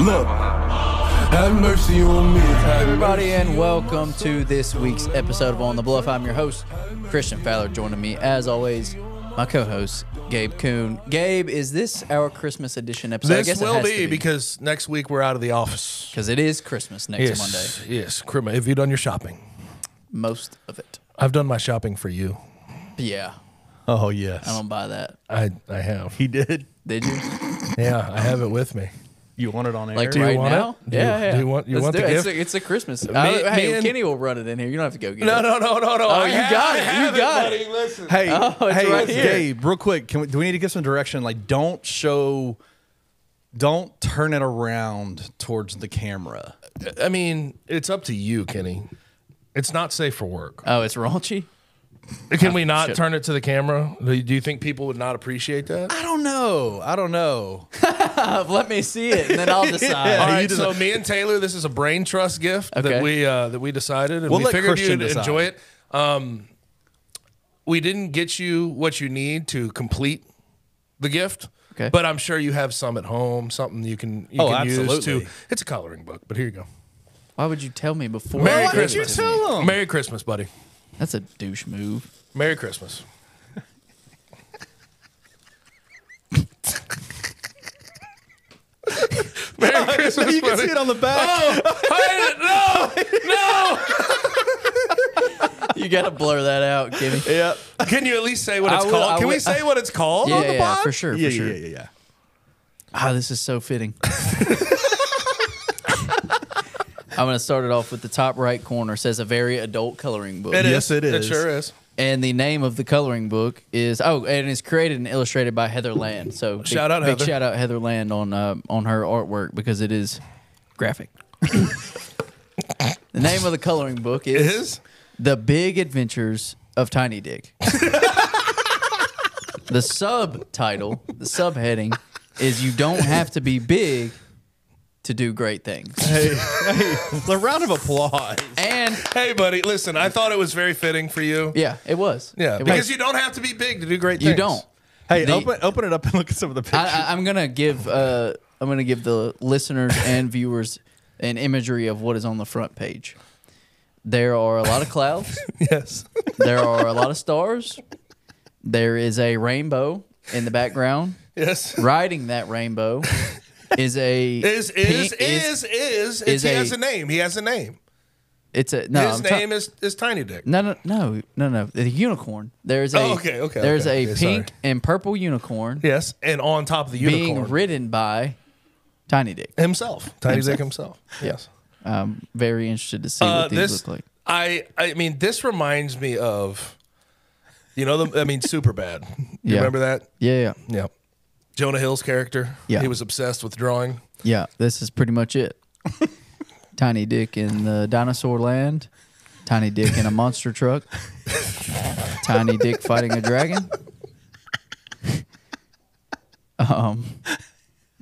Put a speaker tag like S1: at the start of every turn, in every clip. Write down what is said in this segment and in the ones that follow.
S1: Look, have mercy on me.
S2: Hey, everybody, and welcome to this week's episode of On the Bluff. I'm your host, Christian Fowler. Joining me, as always, my co-host Gabe Kuhn. Gabe, is this our Christmas edition episode? I
S3: This
S2: guess it
S3: will
S2: has
S3: be,
S2: to
S3: because next week we're out of the office.
S2: because it is Christmas next Monday.
S3: Yes, yes. Krima, have you done your shopping?
S2: Most of it.
S3: I've done my shopping for you.
S2: Yeah,
S3: Oh
S2: I
S3: yes,
S2: don't buy that.
S3: I I have.
S4: He did.
S2: Did you?
S3: Yeah, I have it with me.
S4: You want it on air?
S2: Like
S3: you
S2: right
S3: want it?
S2: now?
S3: Do you-
S2: yeah, yeah.
S3: do you want- you
S2: Let's
S3: want
S2: do
S3: the
S2: it. It's
S3: gift?
S2: a, it's a Christmas.
S3: Me-
S2: I-
S3: me
S2: hey,
S3: and-
S2: Kenny will run it in here. You don't have to go get
S3: No,
S2: it.
S3: no, no, no, no.
S2: Oh, you got it. You got it.
S3: Listen,
S4: hey,
S2: Oh, it's
S4: hey,
S2: right here.
S4: Gabe, real quick, can we, do we need to give some direction? Like, don't show, don't turn it around towards the camera.
S3: I mean, it's up to you, Kenny. It's not safe for work.
S2: Oh, it's raunchy.
S3: Can we not
S2: shit.
S3: turn it to the camera? Do you- do you think people would not appreciate that?
S4: I don't know. I don't know.
S2: Uh, let me see it, and then I'll decide.
S3: All
S4: you
S3: right,
S4: just-
S3: so me and Taylor, this is a brain trust gift
S2: Okay.
S3: that we uh, that we decided, and
S4: We'll
S3: we
S4: let
S3: figured
S4: Christian
S3: you'd
S4: decide.
S3: enjoy it. Um, we didn't get you what you need to complete the gift,
S2: Okay.
S3: but I'm sure you have some at home, something you can you
S4: Oh,
S3: can use to.
S4: absolutely.
S3: It's a coloring book, but here you go.
S2: Why would you tell me before?
S3: Merry
S2: you gave it
S3: Christmas.
S2: to me?
S4: tell him?
S3: Merry Christmas, buddy.
S2: That's a douche move.
S3: Merry Christmas. Merry Christmas,
S4: you can
S3: buddy.
S4: see it on the back.
S3: I didn't- no,
S2: You gotta blur that out, Kenny.
S4: Yep.
S3: no. Can you at least say what it's
S2: I will-
S3: called?
S2: I
S3: Can we
S2: will-
S3: say what it's called
S2: Yeah,
S3: on the
S2: yeah,
S3: pod?
S2: for sure, for
S4: Yeah,
S2: sure.
S4: yeah, yeah, yeah.
S2: Ah, this is so fitting. I'm gonna start it off with the top right corner says a very adult coloring book,
S4: It Yes, is. it
S3: It
S4: is.
S3: sure is.
S2: and the name of the coloring book is oh, and it's created and illustrated by Heather Land. So big-
S3: Shout out,
S2: big
S3: Heather.
S2: shout out Heather Land on uh, on her artwork because it is graphic. the name of the coloring book
S3: It
S2: is,
S3: is.
S2: The Big Adventures of Tiny Dick. the subtitle, the subheading is You Don't Have to Be Big to Do Great Things.
S4: Hey, hey, a round of applause.
S2: And
S3: Hey, buddy, listen, I thought it was very fitting for you.
S2: yeah, it was.
S3: Yeah,
S2: It
S3: because
S2: was.
S3: you don't have to be big to do great
S2: You
S3: things.
S2: don't.
S4: Hey,
S2: The-
S4: open open it up and look at some of the pictures.
S2: I, I, I'm gonna give uh, I'm gonna give the listeners and viewers an imagery of what is on the front page. There are a lot of clouds.
S3: Yes.
S2: there are a lot of stars. There is a rainbow in the background.
S3: Yes.
S2: riding that rainbow is a
S3: Is is
S2: pink-
S3: is is, is,
S2: is
S3: he
S2: a-
S3: has a name. He has a name.
S2: it's a no
S3: His
S2: I'm ta-
S3: name is, is Tiny Dick.
S2: no no no no no the unicorn there's a
S3: Oh, okay, okay,
S2: there's
S3: okay,
S2: a
S3: okay,
S2: pink
S3: sorry.
S2: and purple unicorn
S3: Yes. And on top of the unicorn
S2: being ridden by Tiny Dick
S3: himself. Tiny Dick himself. Yes.
S2: I'm very interested to see
S3: Uh,
S2: what these
S3: this
S2: look like
S3: I I mean this reminds me of you know the I mean super bad. You
S2: Yeah.
S3: remember that?
S2: yeah yeah
S3: Yeah. Jonah Hill's character.
S2: Yeah.
S3: He was obsessed with drawing.
S2: yeah this is pretty much it Tiny Dick in the dinosaur land Tiny Dick in a monster truck Tiny Dick fighting a dragon um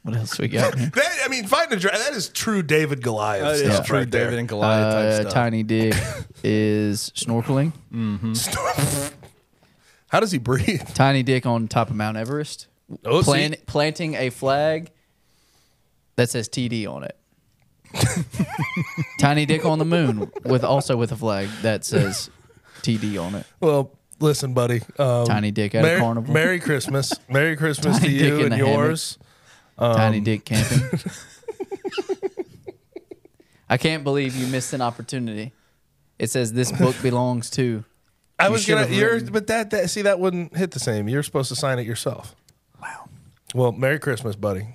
S2: what else we got here?
S3: That I mean, fighting a dragon. That is true David Goliath
S4: That is
S3: stuff
S4: true
S3: right there.
S4: David and Goliath type
S2: Uh,
S4: stuff.
S2: Tiny Dick is snorkeling.
S3: How does he breathe?
S2: Tiny Dick on top of Mount Everest.
S3: Oh, see-
S2: Plan- planting a flag that says TD on it. Tiny Dick on the moon with also with a flag that says TD on it.
S3: well, listen, buddy. Um,
S2: Tiny Dick at a
S3: Merry,
S2: carnival.
S3: Merry Christmas. Merry Christmas to
S2: Tiny Dick
S3: you
S2: in
S3: and
S2: a hammock.
S3: yours. Um.
S2: Tiny Dick camping. I can't believe you missed an opportunity. It says this book belongs to.
S3: I
S2: You
S3: was
S2: should
S3: gonna,
S2: have
S3: you're,
S2: written-
S3: but that, that see that wouldn't hit the same. You're supposed to sign it yourself.
S2: Wow.
S3: Well, Merry Christmas, buddy.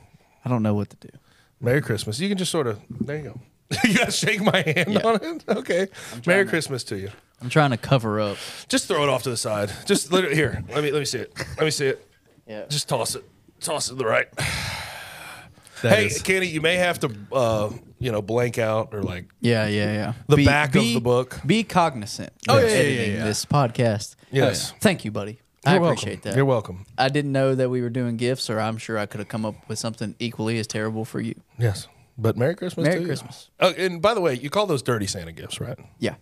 S2: I don't know what to do.
S3: Merry Christmas. You can just sort of there you go. you gotta shake my hand
S2: Yeah.
S3: on it. Okay. Merry Christmas to you.
S2: I'm trying to cover up.
S3: Just throw it off to the side. Just literally here. Let me let me see it. Let me see it.
S2: Yeah.
S3: Just toss it. Toss it to the right.
S4: That
S3: hey,
S4: is-
S3: Kenny, you may have to uh, you know, blank out or like
S2: Yeah, yeah, yeah.
S3: The back of the book.
S2: Be cognizant.
S4: Oh,
S2: of
S4: yeah, yeah, yeah,
S2: editing
S4: yeah.
S2: This podcast. Oh,
S3: Yes.
S2: Thank you, buddy. I
S3: You're welcome.
S2: appreciate that.
S3: You're welcome.
S2: I didn't know that we were doing gifts, or I'm sure I could have come up with something equally as terrible for you.
S3: Yes. But Merry Christmas
S2: Merry
S3: to you.
S2: Christmas.
S3: Oh, and by the way, you call those dirty Santa gifts, right?
S2: Yeah.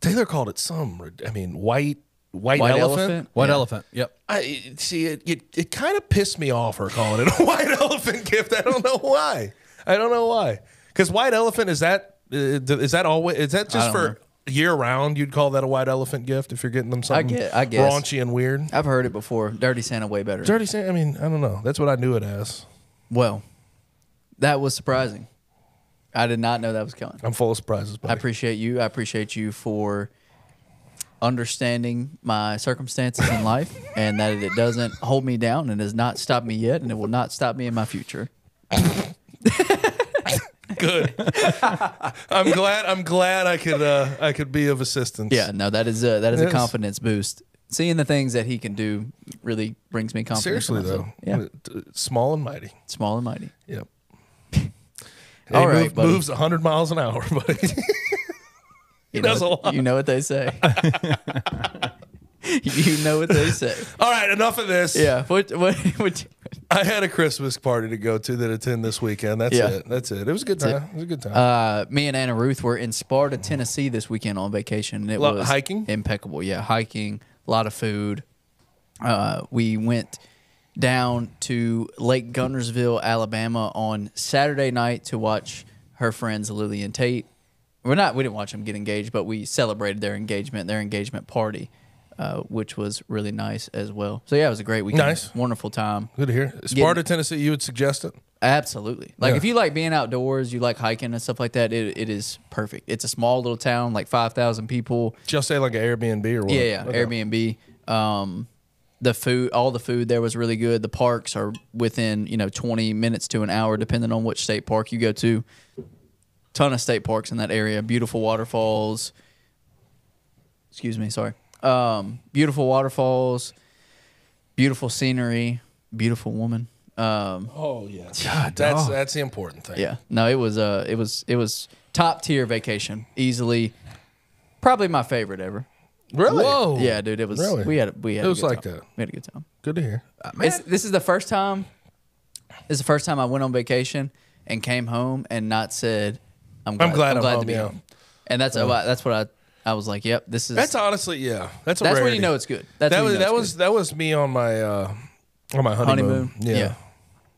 S3: Taylor called it some rid- I mean white white,
S2: White
S3: elephant.
S2: elephant.
S4: White
S2: Yeah.
S4: elephant. Yep.
S3: I see it. It, it kind of pissed me off her calling it a white elephant gift. I don't know why. I don't know why. Because white elephant is that uh, is that always is that
S2: I
S3: just
S2: don't
S3: for
S2: know.
S3: year round? You'd call that a white elephant gift if you're getting them something
S2: get- I guess.
S3: raunchy and weird.
S2: I've heard it before. Dirty Santa way better.
S3: Dirty Santa. I mean, I don't know. That's what I knew it as.
S2: well, that was surprising. I did not know that was coming.
S3: I'm full of surprises.
S2: I
S3: Buddy.
S2: appreciate you. I appreciate you for understanding my circumstances in life and that it doesn't hold me down and has not stopped me yet and it will not stop me in my future.
S3: Good. I'm glad. I'm glad I could. Uh, I could be of assistance.
S2: Yeah, no, that is a, that is
S3: It
S2: a
S3: is.
S2: confidence boost. Seeing the things that he can do really brings me confidence. in
S3: Seriously though.
S2: myself. Yeah,
S3: Uh, Small and mighty.
S2: small and mighty.
S3: Yep.
S2: All
S3: he
S2: right,
S3: move,
S2: buddy.
S3: moves 100 miles an hour, buddy.
S2: You
S3: does
S2: know,
S3: a lot.
S2: You know what they say. you know what they say.
S3: All right, enough of this.
S2: Yeah. What? What? what
S3: I had a Christmas party to go to that attend this weekend. That's
S2: Yeah.
S3: it. That's it. It was a good
S2: That's it.
S3: time. It. was a good time.
S2: uh, me and Anna Ruth were in Sparta, Tennessee this weekend on vacation. And it
S3: Lot-
S2: was
S3: hiking?
S2: impeccable. Yeah, hiking, a lot of food. Uh, we went down to Lake Gunnersville, Alabama on Saturday night to watch her friends Lily and Tate. We're not. We didn't watch them get engaged, but we celebrated their engagement, their engagement party, uh, which was really nice as well. So yeah, it was a great weekend.
S3: Nice.
S2: wonderful time.
S3: good to hear. Sparta, Tennessee, you would suggest it?
S2: Absolutely. Like
S3: Yeah.
S2: if you like being outdoors, you like hiking and stuff like that, it, it is perfect. It's a small little town, like 5,000 people.
S3: Just say like an Airbnb or what?
S2: Yeah, yeah,
S3: Okay.
S2: Airbnb. Um, the food, all the food there was really good. The parks are within, you know, 20 minutes to an hour, depending on which state park you go to. Ton of state parks in that area. Beautiful waterfalls. Excuse me, sorry. Um, beautiful waterfalls, beautiful scenery, beautiful woman. Um,
S3: Oh, yeah. God, that's, that's the important thing.
S2: yeah. No, it was uh it was it was top tier vacation. Easily probably my favorite ever.
S3: Really? Whoa.
S2: Yeah, dude, it was
S3: Really?
S2: we had we had
S3: It
S2: a
S3: was
S2: good
S3: like Uh,
S2: time.
S3: that.
S2: We had a good time.
S3: Good to hear.
S2: It's, this is the first time this is the first time I went on vacation and came home and not said I'm glad,
S3: glad
S2: I'm
S3: I'm
S2: glad to
S3: home,"
S2: be
S3: yeah.
S2: home. And that's uh, that's what I I was like, yep, this is
S3: That's
S2: that's,
S3: honestly, yeah. That's a
S2: when
S3: rarity.
S2: you know it's good. That's
S3: that
S2: when
S3: was
S2: you know
S3: that
S2: it's
S3: was that was me on my uh on my
S2: good.
S3: honeymoon.
S2: honeymoon.
S3: Yeah.
S2: yeah.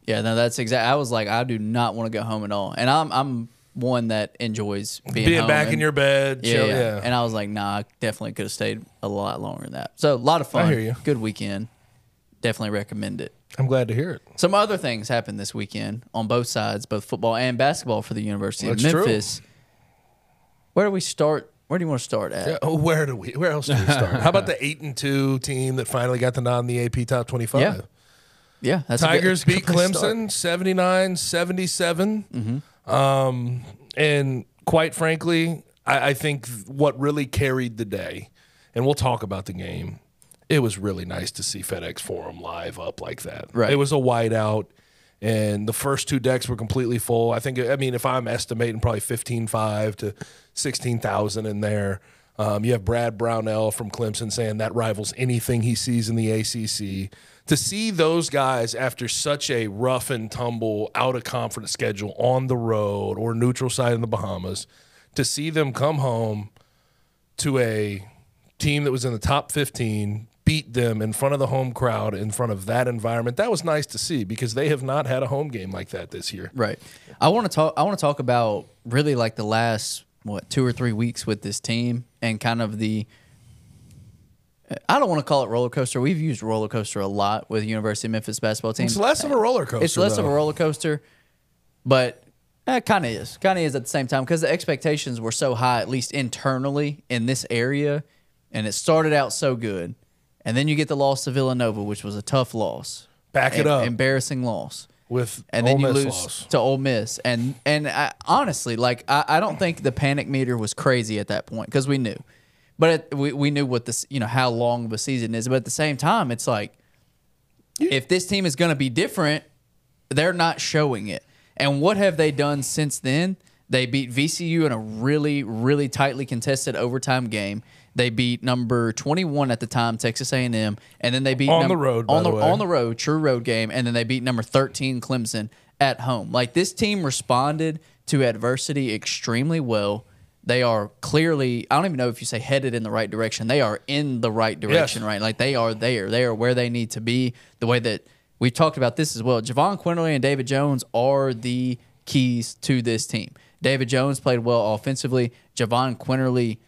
S2: Yeah, no, that's exact. I was like, I do not want to go home at all, and I'm I'm one that enjoys being,
S3: Being,
S2: home
S3: back in
S2: and-
S3: your bed.
S2: Yeah,
S3: chill,
S2: yeah. And I was like, nah, I definitely could have stayed a lot longer than that. So a lot of fun.
S3: hear you.
S2: Good weekend. Definitely recommend it.
S3: I'm glad to hear it.
S2: Some other things happened this weekend on both sides, both football and basketball for the University
S3: That's
S2: of
S3: true.
S2: Memphis. Where do we start? Where do you want to start at?
S3: Yeah, oh, where do we? Where else do we start? How about the eight and two team that finally got the nod in the AP top twenty five?
S2: Yeah. Yeah, that's a good-
S3: Tigers
S2: that's a
S3: beat
S2: good place to start. Mm-hmm.
S3: Clemson 79 77. Um, and quite frankly, I, I think what really carried the day, and we'll talk about the game, it was really nice to see FedEx Forum live up like that.
S2: Right.
S3: It was a whiteout, and the first two decks were completely full. I think, I mean, if I'm estimating probably 15,5 to 16,000 in there. Um, you have Brad Brownell from Clemson saying that rivals anything he sees in the ACC. To see those guys after such a rough and tumble, out of conference schedule on the road or neutral side in the Bahamas, to see them come home to a team that was in the top 15 beat them in front of the home crowd in front of that environment that was nice to see because they have not had a home game like that this year
S2: Right. I want to talk. I want to talk about really like the last what two or three weeks with this team and kind of the. I don't want to call it roller coaster. We've used roller coaster a lot with University of Memphis basketball team.
S3: it's less of a roller coaster
S2: It's less of
S3: though.
S2: a roller coaster, but it kind of is. Kind of is at the same time because the expectations were so high, at least internally in this area, and it started out so good, and then you get the loss to Villanova, which was a tough loss.
S3: Back it
S2: Em-
S3: up.
S2: Embarrassing loss
S3: with
S2: and then
S3: Ole
S2: you
S3: Miss
S2: lose
S3: loss.
S2: to Ole Miss. And and I, honestly, like I, I don't think the panic meter was crazy at that point because we knew, but it, we we knew what this you know how long of a season is. But at the same time, it's like if this team is going to be different, they're not showing it. And what have they done since then? They beat VCU in a really, really tightly contested overtime game. They beat number 21 at the time, Texas A&M, and then they beat
S3: On
S2: num-
S3: the road, by
S2: on
S3: the way.
S2: on the road, true road game, and then they beat number 13 Clemson at home. Like this team responded to adversity extremely well. They are clearly, I don't even know if you say headed in the right direction. They are in the right direction, right? Like they are there. They are where they need to be. The way that we talked about this as well. Javon Quinterly and David Jones are the keys to this team. David Jones played well offensively. Javon Quinterly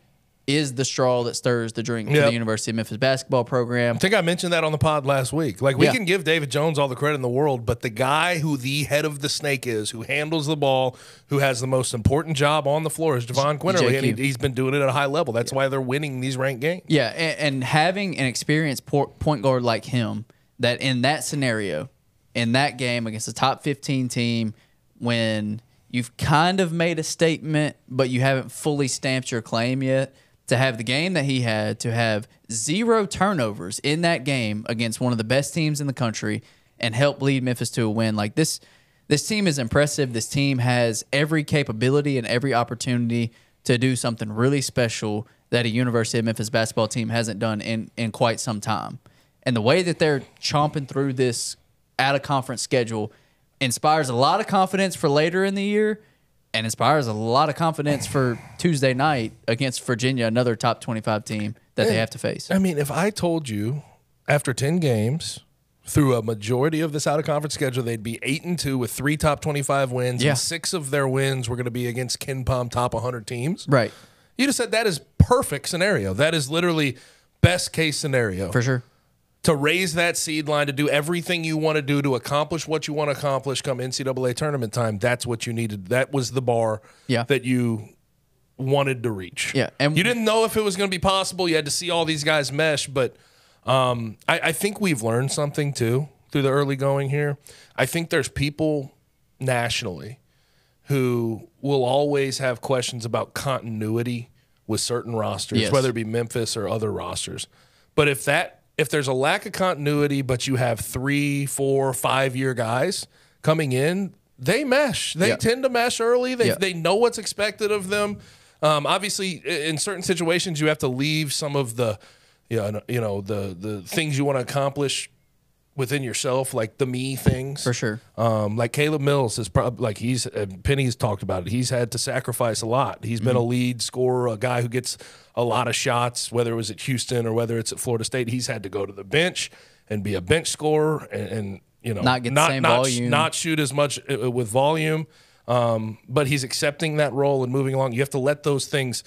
S2: is the straw that stirs the drink for
S3: Yep.
S2: the University of Memphis basketball program.
S3: I think I mentioned that on the pod last week. Like we
S2: Yeah.
S3: can give David Jones all the credit in the world, but the guy who the head of the snake is, who handles the ball, who has the most important job on the floor is Javon Quinterly, and
S2: JQ.
S3: he, he's been doing it at a high level. That's why they're winning these ranked games.
S2: Yeah, and, and having an experienced por- point guard like him, that in that scenario, in that game against a top 15 team, when you've kind of made a statement, but you haven't fully stamped your claim yet, to have the game that he had, to have zero turnovers in that game against one of the best teams in the country, and help lead Memphis to a win like this. This team is impressive. This team has every capability and every opportunity to do something really special that a University of Memphis basketball team hasn't done in, in quite some time. And the way that they're chomping through this out of conference schedule inspires a lot of confidence for later in the year and inspires a lot of confidence for Tuesday night against Virginia, another top 25 team that they have to face.
S3: I mean, if I told you after 10 games, through a majority of this out of conference schedule, they'd be eight and two with three top 25 wins,
S2: Yeah.
S3: and six of their wins were going to be against Ken Palm top 100 teams.
S2: Right.
S3: You just said that is perfect scenario. That is literally best case scenario.
S2: For sure.
S3: to raise that seed line to do everything you want to do to accomplish what you want to accomplish come NCAA tournament time. That's what you needed. That was the bar
S2: Yeah.
S3: that you wanted to reach.
S2: Yeah, and-
S3: you didn't know if it was going to be possible. You had to see all these guys mesh. But um, I, I think we've learned something too through the early going here. I think there's people nationally who will always have questions about continuity with certain rosters,
S2: Yes.
S3: whether it be Memphis or other rosters. But if that if there's a lack of continuity, but you have three, four, five year guys coming in, they mesh. They
S2: Yeah.
S3: tend to mesh early. They
S2: Yeah.
S3: they know what's expected of them. Um, obviously, i- in certain situations, you have to leave some of the you know, you know the the things you want to accomplish within yourself, like the me things
S2: For sure.
S3: um, like Caleb Mills is probably like he's uh, Penny's talked about it. He's had to sacrifice a lot. He's been a
S2: Mm-hmm.
S3: lead scorer, a guy who gets a lot of shots, whether it was at Houston or whether it's at Florida State. He's had to go to the bench and be a bench scorer and, and you know
S2: Not get the same
S3: not,
S2: volume.
S3: not shoot as much uh, with volume. Um, but he's accepting that role and moving along. You have to let those things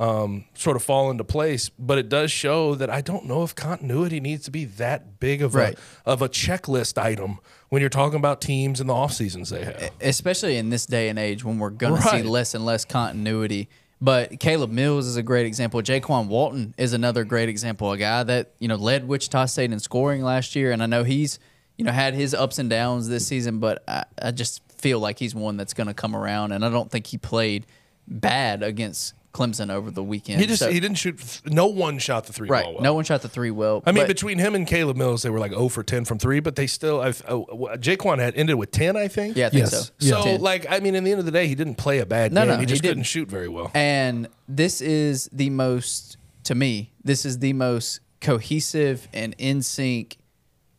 S3: um, sort of fall into place. But it does show that I don't know if continuity needs to be that big of
S2: Right.
S3: a of a checklist item when you're talking about teams and the off seasons they
S2: Eh,
S3: have.
S2: especially in this day and age when we're going to see
S3: Right.
S2: less and less continuity. But Caleb Mills is a great example. Jaquan Walton is another great example, a guy that you know led Wichita State in scoring last year, and I know he's you know had his ups and downs this season, but I, I just feel like he's one that's going to come around, and I don't think he played bad against Clemson over the weekend.
S3: He just
S2: So-
S3: he didn't shoot. No one shot the three
S2: right.
S3: ball. Well.
S2: No one shot the three well.
S3: I mean,
S2: but-
S3: between him and Caleb Mills, they were like 0 for 10 from three, but they still. I've, oh, uh, Jaquan had ended with 10, I think.
S2: yeah, I think
S4: Yes.
S2: so.
S3: So,
S2: Ten.
S3: like, I mean, in the end of the day, he didn't play a bad
S2: No,
S3: game.
S2: no,
S3: he
S2: he
S3: just couldn't
S2: didn't.
S3: shoot very well.
S2: And this is the most, to me, this is the most cohesive and in sync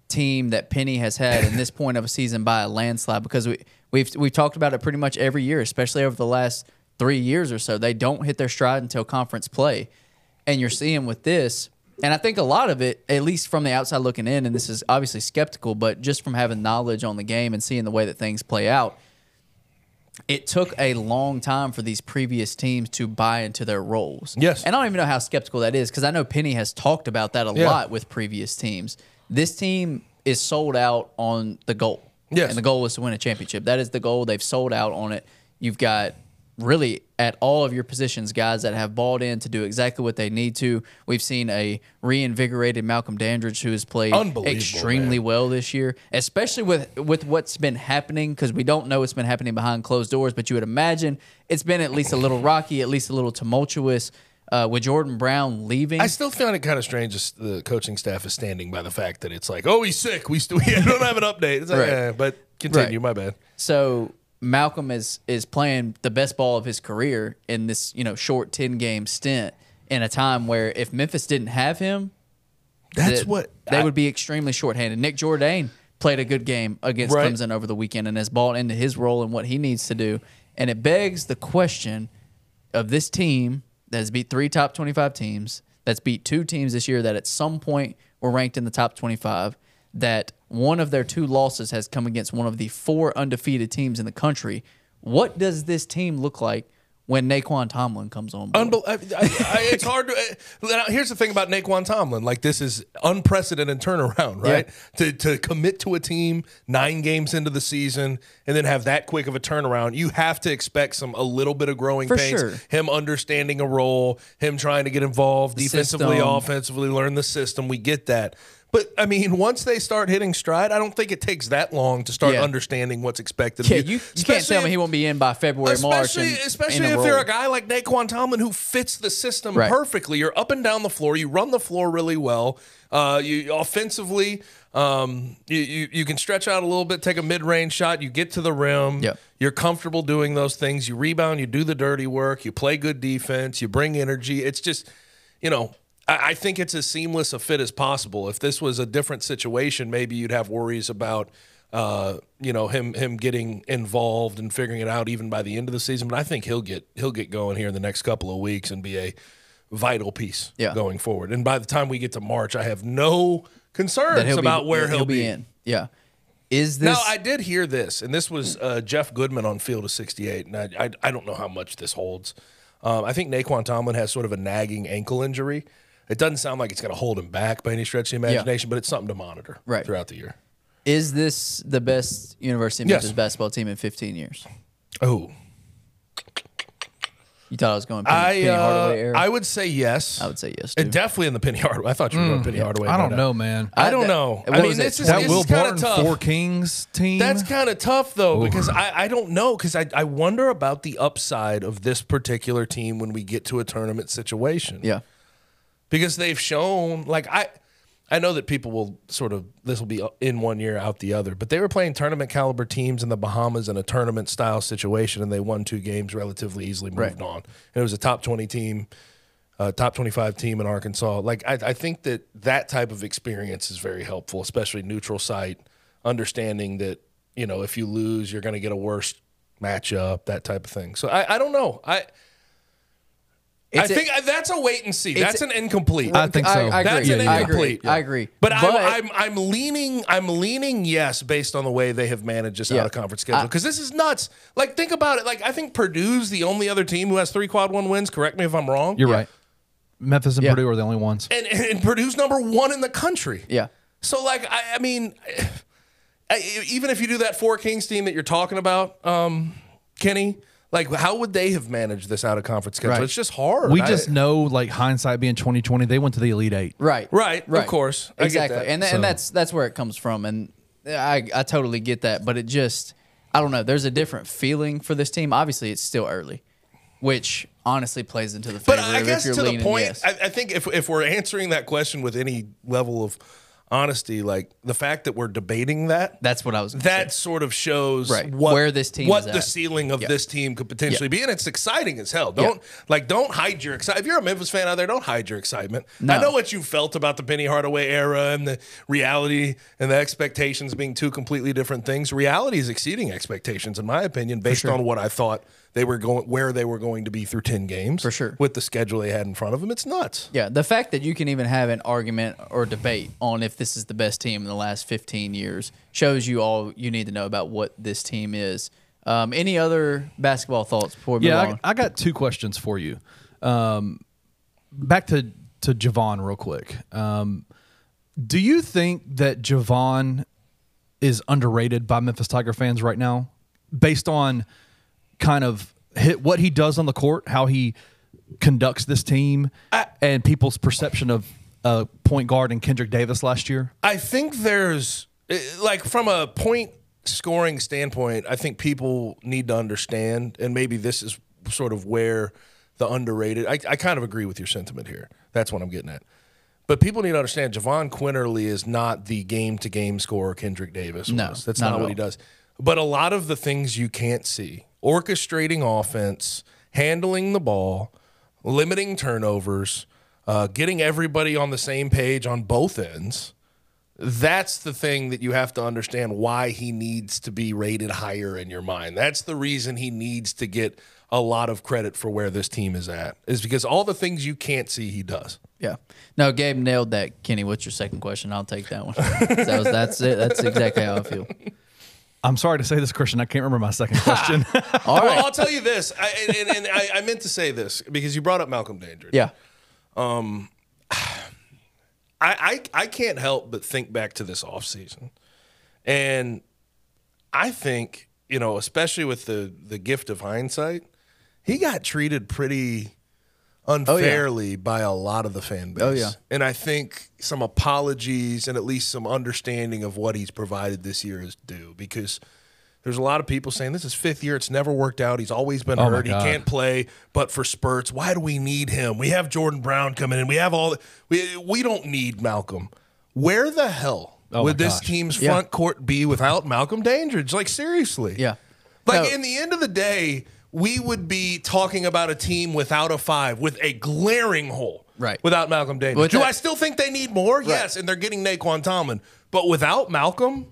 S2: team that Penny has had in this point of a season by a landslide because we we've we've talked about it pretty much every year, especially over the last three years or so. They don't hit their stride until conference play, and you're seeing with this. And I think a lot of it, at least from the outside looking in, and this is obviously skeptical, but just from having knowledge on the game and seeing the way that things play out, it took a long time for these previous teams to buy into their roles.
S3: Yes.
S2: And I don't even know how skeptical that is because I know Penny has talked about that a
S3: Yeah.
S2: lot with previous teams. This team is sold out on the goal.
S3: Yes.
S2: And the goal is to win a championship. That is the goal. They've sold out on it. You've got really at all of your positions guys that have bought in to do exactly what they need to. We've seen a reinvigorated Malcolm Dandridge who has played
S3: Unbelievable,
S2: extremely really well this year, especially with with what's been happening because we don't know what's been happening behind closed doors. But you would imagine it's been at least a little rocky, at least a little tumultuous. Uh, with Jordan Brown leaving,
S3: I still found it kind of strange as the coaching staff is standing by the fact that it's like, oh, he's sick. We, still, we don't have an update. It's like,
S2: Right.
S3: eh, but continue.
S2: Right.
S3: My bad.
S2: so Malcolm is is playing the best ball of his career in this you know short ten game stint in a time where if Memphis didn't have him,
S3: That's
S2: that
S3: what
S2: they
S3: I-
S2: would be extremely shorthanded. Nick Jourdain played a good game against
S3: Right.
S2: Clemson over the weekend and has bought into his role and what he needs to do. And it begs the question of this team that has beat three top 25 teams, that's beat two teams this year that at some point were ranked in the top 25, that one of their two losses has come against one of the four undefeated teams in the country. What does this team look like when Naquan Tomlin comes on board?
S3: Unbel- I, I, I, it's hard to. uh, Here's the thing about Naquan Tomlin. Like, this is unprecedented turnaround, right? To, to commit to a team nine games into the season and then have that quick of a turnaround, you have to expect some a little bit of growing
S2: For
S3: pains.
S2: sure.
S3: Him understanding a role, him trying to get involved defensively,
S2: system.
S3: offensively, learn the system. We get that. But I mean, once they start hitting stride, I don't think it takes that long to start
S2: Yeah.
S3: understanding what's expected. of
S2: yeah, you, you can't
S3: Especially
S2: tell me he won't be in by February, March.
S3: especially
S2: and-
S3: especially
S2: and
S3: if you're a
S2: enrolled.
S3: guy like Naquan Tomlin who fits the system
S2: Right.
S3: perfectly. You're up and down the floor. You run the floor really well. Uh, you offensively, um, you, you you can stretch out a little bit, take a mid range shot. You get to the rim.
S2: Yep.
S3: You're comfortable doing those things. You rebound. You do the dirty work. You play good defense. You bring energy. It's just, you know. I I think it's as seamless a fit as possible. If this was a different situation, maybe you'd have worries about uh, you know him him getting involved and figuring it out even by the end of the season. But I think he'll get he'll get going here in the next couple of weeks and be a vital piece
S2: Yeah.
S3: going forward. And by the time we get to March, I have no concerns
S2: that he'll
S3: about
S2: be,
S3: where he'll,
S2: be. in. Yeah. Is this
S3: Now I did hear this, and this was uh, Jeff Goodman on Field of 68, and I I, I don't know how much this holds. Um, I think Naquan Tomlin has sort of a nagging ankle injury. It doesn't sound like it's going to hold him back by any stretch of the imagination, but it's something to monitor
S2: Right.
S3: throughout the year.
S2: is this the best University of
S3: Yes.
S2: Memphis basketball team in 15 years?
S3: Oh,
S2: You thought I was going Penny,
S3: I
S2: Penny Hardaway
S3: uh,
S2: era?
S3: I would say yes.
S2: I would say yes,
S3: And
S2: too.
S3: definitely in the Penny Hardaway. I thought you were going Penny Hardaway.
S4: Mm, I
S3: no
S4: don't
S3: doubt.
S4: know, man.
S3: I
S2: That-
S3: don't know.
S2: what
S3: I
S2: was
S3: mean,
S2: that,
S3: this is,
S2: That
S3: this
S4: Will
S3: is kind of
S4: Barton
S3: tough.
S4: Four Kings team.
S3: That's kind of tough though, because I, I don't know, because I, I wonder about the upside of this particular team when we get to a tournament situation.
S2: yeah.
S3: Because they've shown like I I know that people will sort of this will be uh, in one year out the other, but they were playing tournament caliber teams in the Bahamas in a tournament style situation and they won two games relatively easily moved
S2: Right.
S3: on. And it was a top 20 team uh, top 25 team in Arkansas. Like, I, I think that that type of experience is very helpful, especially neutral site, understanding that, you know, if you lose, you're going to get a worse matchup, that type of thing. So I, I don't know. I, I
S2: It's a-
S3: think I- that's a wait and see. That's an incomplete.
S4: I think so.
S2: I, I
S3: That's
S2: agree.
S3: an
S2: I agree.
S3: incomplete.
S2: I agree.
S3: But, I, I'm I'm leaning I'm leaning yes based on the way they have managed this
S2: Yeah.
S3: out of conference schedule because this is nuts. Like think about it. Like I think Purdue's the only other team who has three quad one wins. Correct me if I'm wrong.
S4: You're right. Memphis and
S2: Yeah.
S4: Purdue are the only ones.
S3: and, and, and Purdue's number one in the country.
S2: Yeah.
S3: So like I, I mean, I, even if you do that four Kings team that you're talking about, um, Kenny, like how would they have managed this out of conference schedule?
S4: Right.
S3: It's just hard.
S4: We
S3: I-
S4: just know, like hindsight being 2020, they went to the Elite Eight.
S2: Right.
S3: Right, of course. I get
S2: exactly.
S3: that.
S2: And th-
S4: So-
S2: and that's that's where it comes from. And I I totally get that. But it just I don't know. There's a different feeling for this team. Obviously, it's still early, which honestly plays into the favor.
S3: But I
S2: of
S3: guess
S2: if you're
S3: to the
S2: leaning
S3: point,
S2: yes.
S3: I, I think if, if we're answering that question with any level of honesty, like the fact that we're debating that,
S2: that's what I was. gonna say.
S3: that sort of shows
S2: Right.
S3: what,
S2: Where this team
S3: what
S2: is
S3: the
S2: at.
S3: ceiling of
S2: Yeah.
S3: this team could potentially be, and it's exciting as hell. Don't like don't hide your excitement. If you're a Memphis fan out there, don't hide your excitement. I
S2: No.
S3: know what you felt about the Penny Hardaway era and the reality and the expectations being two completely different things. Reality is exceeding expectations, in my opinion, based on what I thought they were going, where they were going to be through ten games
S2: For sure.
S3: with the schedule they had in front of them. It's nuts.
S2: Yeah, the fact that you can even have an argument or debate on if this is the best team in the last 15 years shows you all you need to know about what this team is. Um, any other basketball thoughts before we
S4: Yeah,
S2: move on?
S4: I, I got two questions for you. Um, back to to Javon real quick. Um, do you think that Javon is underrated by Memphis Tiger fans right now, based on kind of hit what he does on the court, how he conducts this team, and people's perception of uh, point guard and Kendrick Davis last year?
S3: I think there's eh, like from a point scoring standpoint, I think people need to understand, and maybe this is sort of where the underrated. I, I kind of agree with your sentiment here. That's what I'm getting at. But people need to understand Javon Quinterly is not the game to game scorer Kendrick Davis
S2: No,
S3: was. That's
S2: not
S3: not,
S2: at
S3: what
S2: all.
S3: he does. But a lot of the things you can't see orchestrating offense, handling the ball, limiting turnovers, uh, getting everybody on the same page on both ends that's the thing that you have to understand why he needs to be rated higher in your mind. That's the reason he needs to get a lot of credit for where this team is at, is because all the things you can't see, he does.
S2: yeah. No, Gabe nailed that. Kenny, what's your second question? I'll take that one. that was, that's it. That's exactly how I feel.
S4: I'm sorry to say this, Christian. I can't remember my second question.
S2: All
S3: Well,
S2: right.
S3: I'll tell you this, I, and, and, and I, I meant to say this because you brought up Malcolm Dandridge.
S2: Yeah.
S3: I, I, I can't help but think back to this offseason. And I think, you know, especially with the, the gift of hindsight, he got treated pretty unfairly by a lot of the fan base.
S2: Oh, yeah.
S3: And I think some apologies and at least some understanding of what he's provided this year is due because there's a lot of people saying this is fifth year. It's never worked out. He's always been
S4: my
S3: hurt. He
S4: God.
S3: can't play but for spurts. Why do we need him? We have Jordan Brown coming in. We have all we we don't need Malcolm. Where the hell
S4: Oh my
S3: would this
S4: gosh.
S3: team's
S2: Yeah.
S3: front court be without Malcolm Dandridge? Like seriously.
S2: Yeah.
S3: Like
S2: No.
S3: in the end of the day, we would be talking about a team without a five with a glaring hole.
S2: Right.
S3: Without Malcolm Dandridge.
S2: With
S3: do
S2: that-
S3: I still think they need more? Yes, and they're getting Naquan Tomlin. But without Malcolm,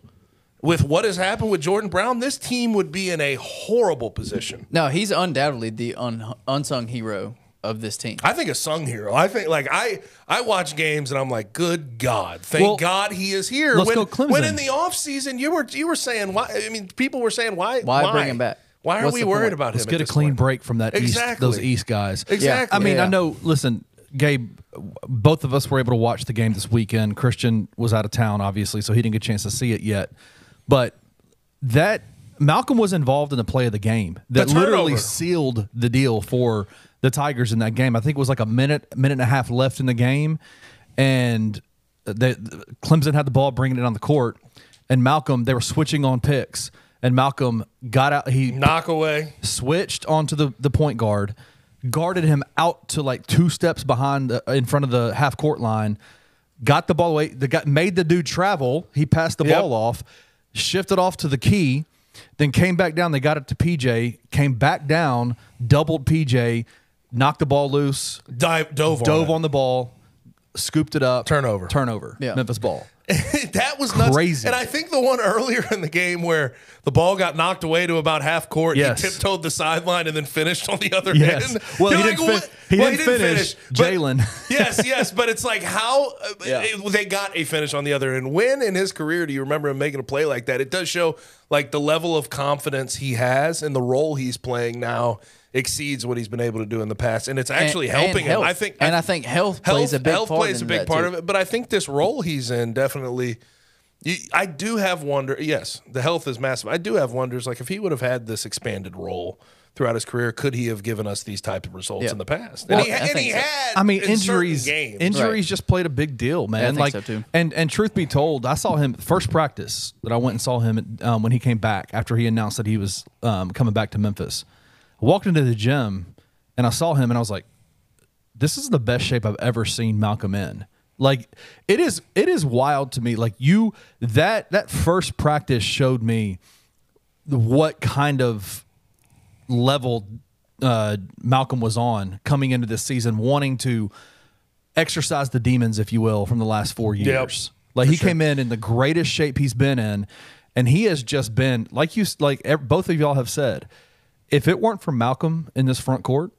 S3: with what has happened with Jordan Brown, this team would be in a horrible position.
S2: No, he's undoubtedly the un- unsung hero of this team.
S3: I think a sung hero. I think like I I watch games and I'm like, good God, thank
S4: Well,
S3: God he is here.
S4: let's
S3: when,
S4: go Clemson.
S3: when in the offseason you were you were saying why I mean people were saying why
S2: Why bring him back?
S3: Why are
S2: What's
S3: we
S2: the
S3: worried
S2: point?
S3: about
S4: Let's
S3: him?
S4: get
S3: at
S4: a
S3: this
S4: clean
S3: point?
S4: break from that east,
S3: Exactly.
S4: those east guys.
S3: Exactly.
S4: I mean,
S2: Yeah.
S4: I know. Listen, Gabe, both of us were able to watch the game this weekend. Christian was out of town, obviously, so he didn't get a chance to see it yet. But that Malcolm was involved in the play of the game that
S3: The
S4: literally
S3: turnover.
S4: sealed the deal for the Tigers in that game. I think it was like a minute, minute and a half left in the game, and they, Clemson had the ball, bringing it on the court, and Malcolm they were switching on picks. And Malcolm got out. He
S3: Knock away.
S4: switched onto the, the point guard, guarded him out to like two steps behind the, in front of the half court line, got the ball away, the guy made the dude travel. He passed the
S3: Yep.
S4: ball off, shifted off to the key, then came back down. They got it to PJ, came back down, doubled PJ, knocked the ball loose,
S3: Dive dove on
S4: dove
S3: it.
S4: on the ball, scooped it up.
S3: Turnover.
S4: Turnover.
S2: Yeah.
S4: Memphis ball.
S3: that was nuts.
S4: Crazy.
S3: And I think the one earlier in the game where the ball got knocked away to about half court,
S4: Yes.
S3: he tiptoed the sideline and then finished on the other
S4: Yes.
S3: end.
S4: Well,
S3: You're
S4: he didn't fin-
S3: what?
S4: he didn't finish.
S3: but-
S4: Jalen.
S3: yes, yes, but it's like how uh,
S2: Yeah.
S3: it- they got a finish on the other end. When in his career do you remember him making a play like that? It does show like the level of confidence he has and the role he's playing now exceeds what he's been able to do in the past, and it's actually
S2: And- and
S3: helping him.
S2: health.
S3: I think,
S2: and I think health, plays a big
S3: health
S2: part,
S3: plays a
S2: in
S3: big
S2: that,
S3: part
S2: too.
S3: of it. But I think this role he's in definitely. you- I do have wonder. Yes, the health is massive. I do have wonders. Like if he would have had this expanded role throughout his career, could he have given us these type of results
S2: Yeah.
S3: in the past?
S2: Well,
S3: and he,
S2: I
S3: and
S2: think
S3: he
S2: so.
S3: had.
S4: I mean,
S3: in certain
S4: injuries.
S3: games.
S2: Right.
S4: Injuries just played a big deal, man.
S2: Yeah, I think
S4: like,
S2: so, too.
S4: and and truth be told, I saw him first practice that I went and saw him um, when he came back after he announced that he was um, coming back to Memphis. I walked into the gym and I saw him, and I was like, "This is the best shape I've ever seen Malcolm in." Like, it is it is wild to me. Like you that that first practice showed me what kind of level uh, Malcolm was on coming into this season, wanting to exercise the demons, if you will, from the last four years. Like he came in in the greatest shape he's been in, and he has just been like you, like ev- both of y'all have said. If it weren't for Malcolm in this front court,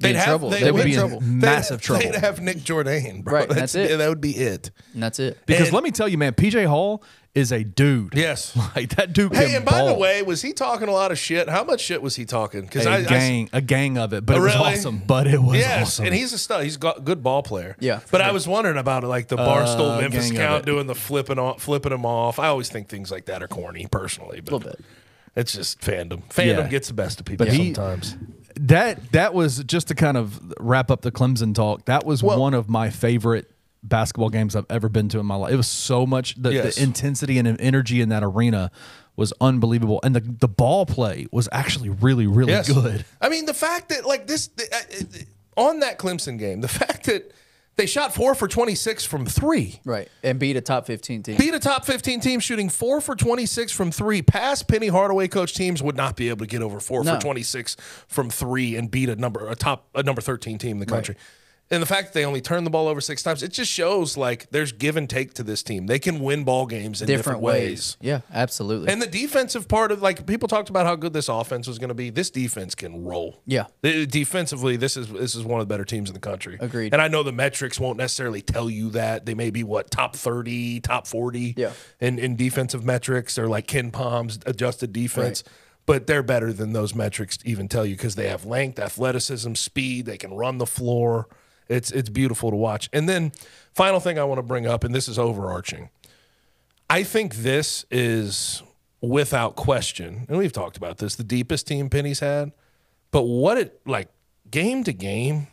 S2: Be in trouble. They would
S4: be in
S2: trouble.
S4: massive
S3: they'd,
S4: trouble.
S3: They'd have Nick Jordan, bro.
S2: Right, that's it.
S3: That would be it.
S2: and that's it.
S4: because
S3: And-
S4: let me tell you, man, PJ Hall is a dude.
S3: Yes.
S4: like that dude.
S3: Hey,
S4: can
S3: and by the
S4: ball.
S3: way, was he talking a lot of shit? How much shit was he talking? Because
S4: a gang, a gang of it, but it was
S3: Really?
S4: awesome. But it was
S3: yes,
S4: awesome.
S3: and he's a stud. He's got good ball player.
S2: Yeah.
S3: but I was wondering about it, like the Barstool
S4: Uh,
S3: Memphis
S4: gang of
S3: count
S4: it.
S3: doing the flipping off, flipping him off. I always think things like that are corny, personally. But
S2: Little bit.
S3: It's just fandom. Fandom
S4: Yeah.
S3: gets the best of people
S4: But he-
S3: sometimes.
S4: That that was just to kind of wrap up the Clemson talk. That was
S3: Well-
S4: one of my favorite basketball games I've ever been to in my life. It was so much the,
S3: Yes.
S4: the intensity and energy in that arena was unbelievable, and the the ball play was actually really really
S3: Yes.
S4: good.
S3: I mean, the fact that like this the, uh, uh, on that Clemson game, the fact that they shot four for twenty six from three.
S2: Right. And beat a top 15 team.
S3: Beat a top 15 team shooting four for 26 from three. Past Penny Hardaway coach teams would not be able to get over four
S2: No.
S3: for 26 from three and beat a number a top a number 13 team in the country. And the fact that they only turned the ball over six times, it just shows like there's give and take to this team. They can win ball games in different,
S2: Different ways.
S3: ways.
S2: Yeah, absolutely.
S3: And the defensive part of like people talked about how good this offense was going to be. This defense can roll.
S2: Yeah.
S3: The- defensively, this is this is one of the better teams in the country.
S2: Agreed.
S3: And I know the metrics won't necessarily tell you that. They may be what top thirty, top forty.
S2: Yeah.
S3: In in defensive metrics or like Ken Palm's adjusted defense. But they're better than those metrics even tell you because they have length, athleticism, speed. They can run the floor. It's it's beautiful to watch. And then final thing I want to bring up, and this is overarching. I think this is without question, and we've talked about this, the deepest team Penny's had. But what it like game to game,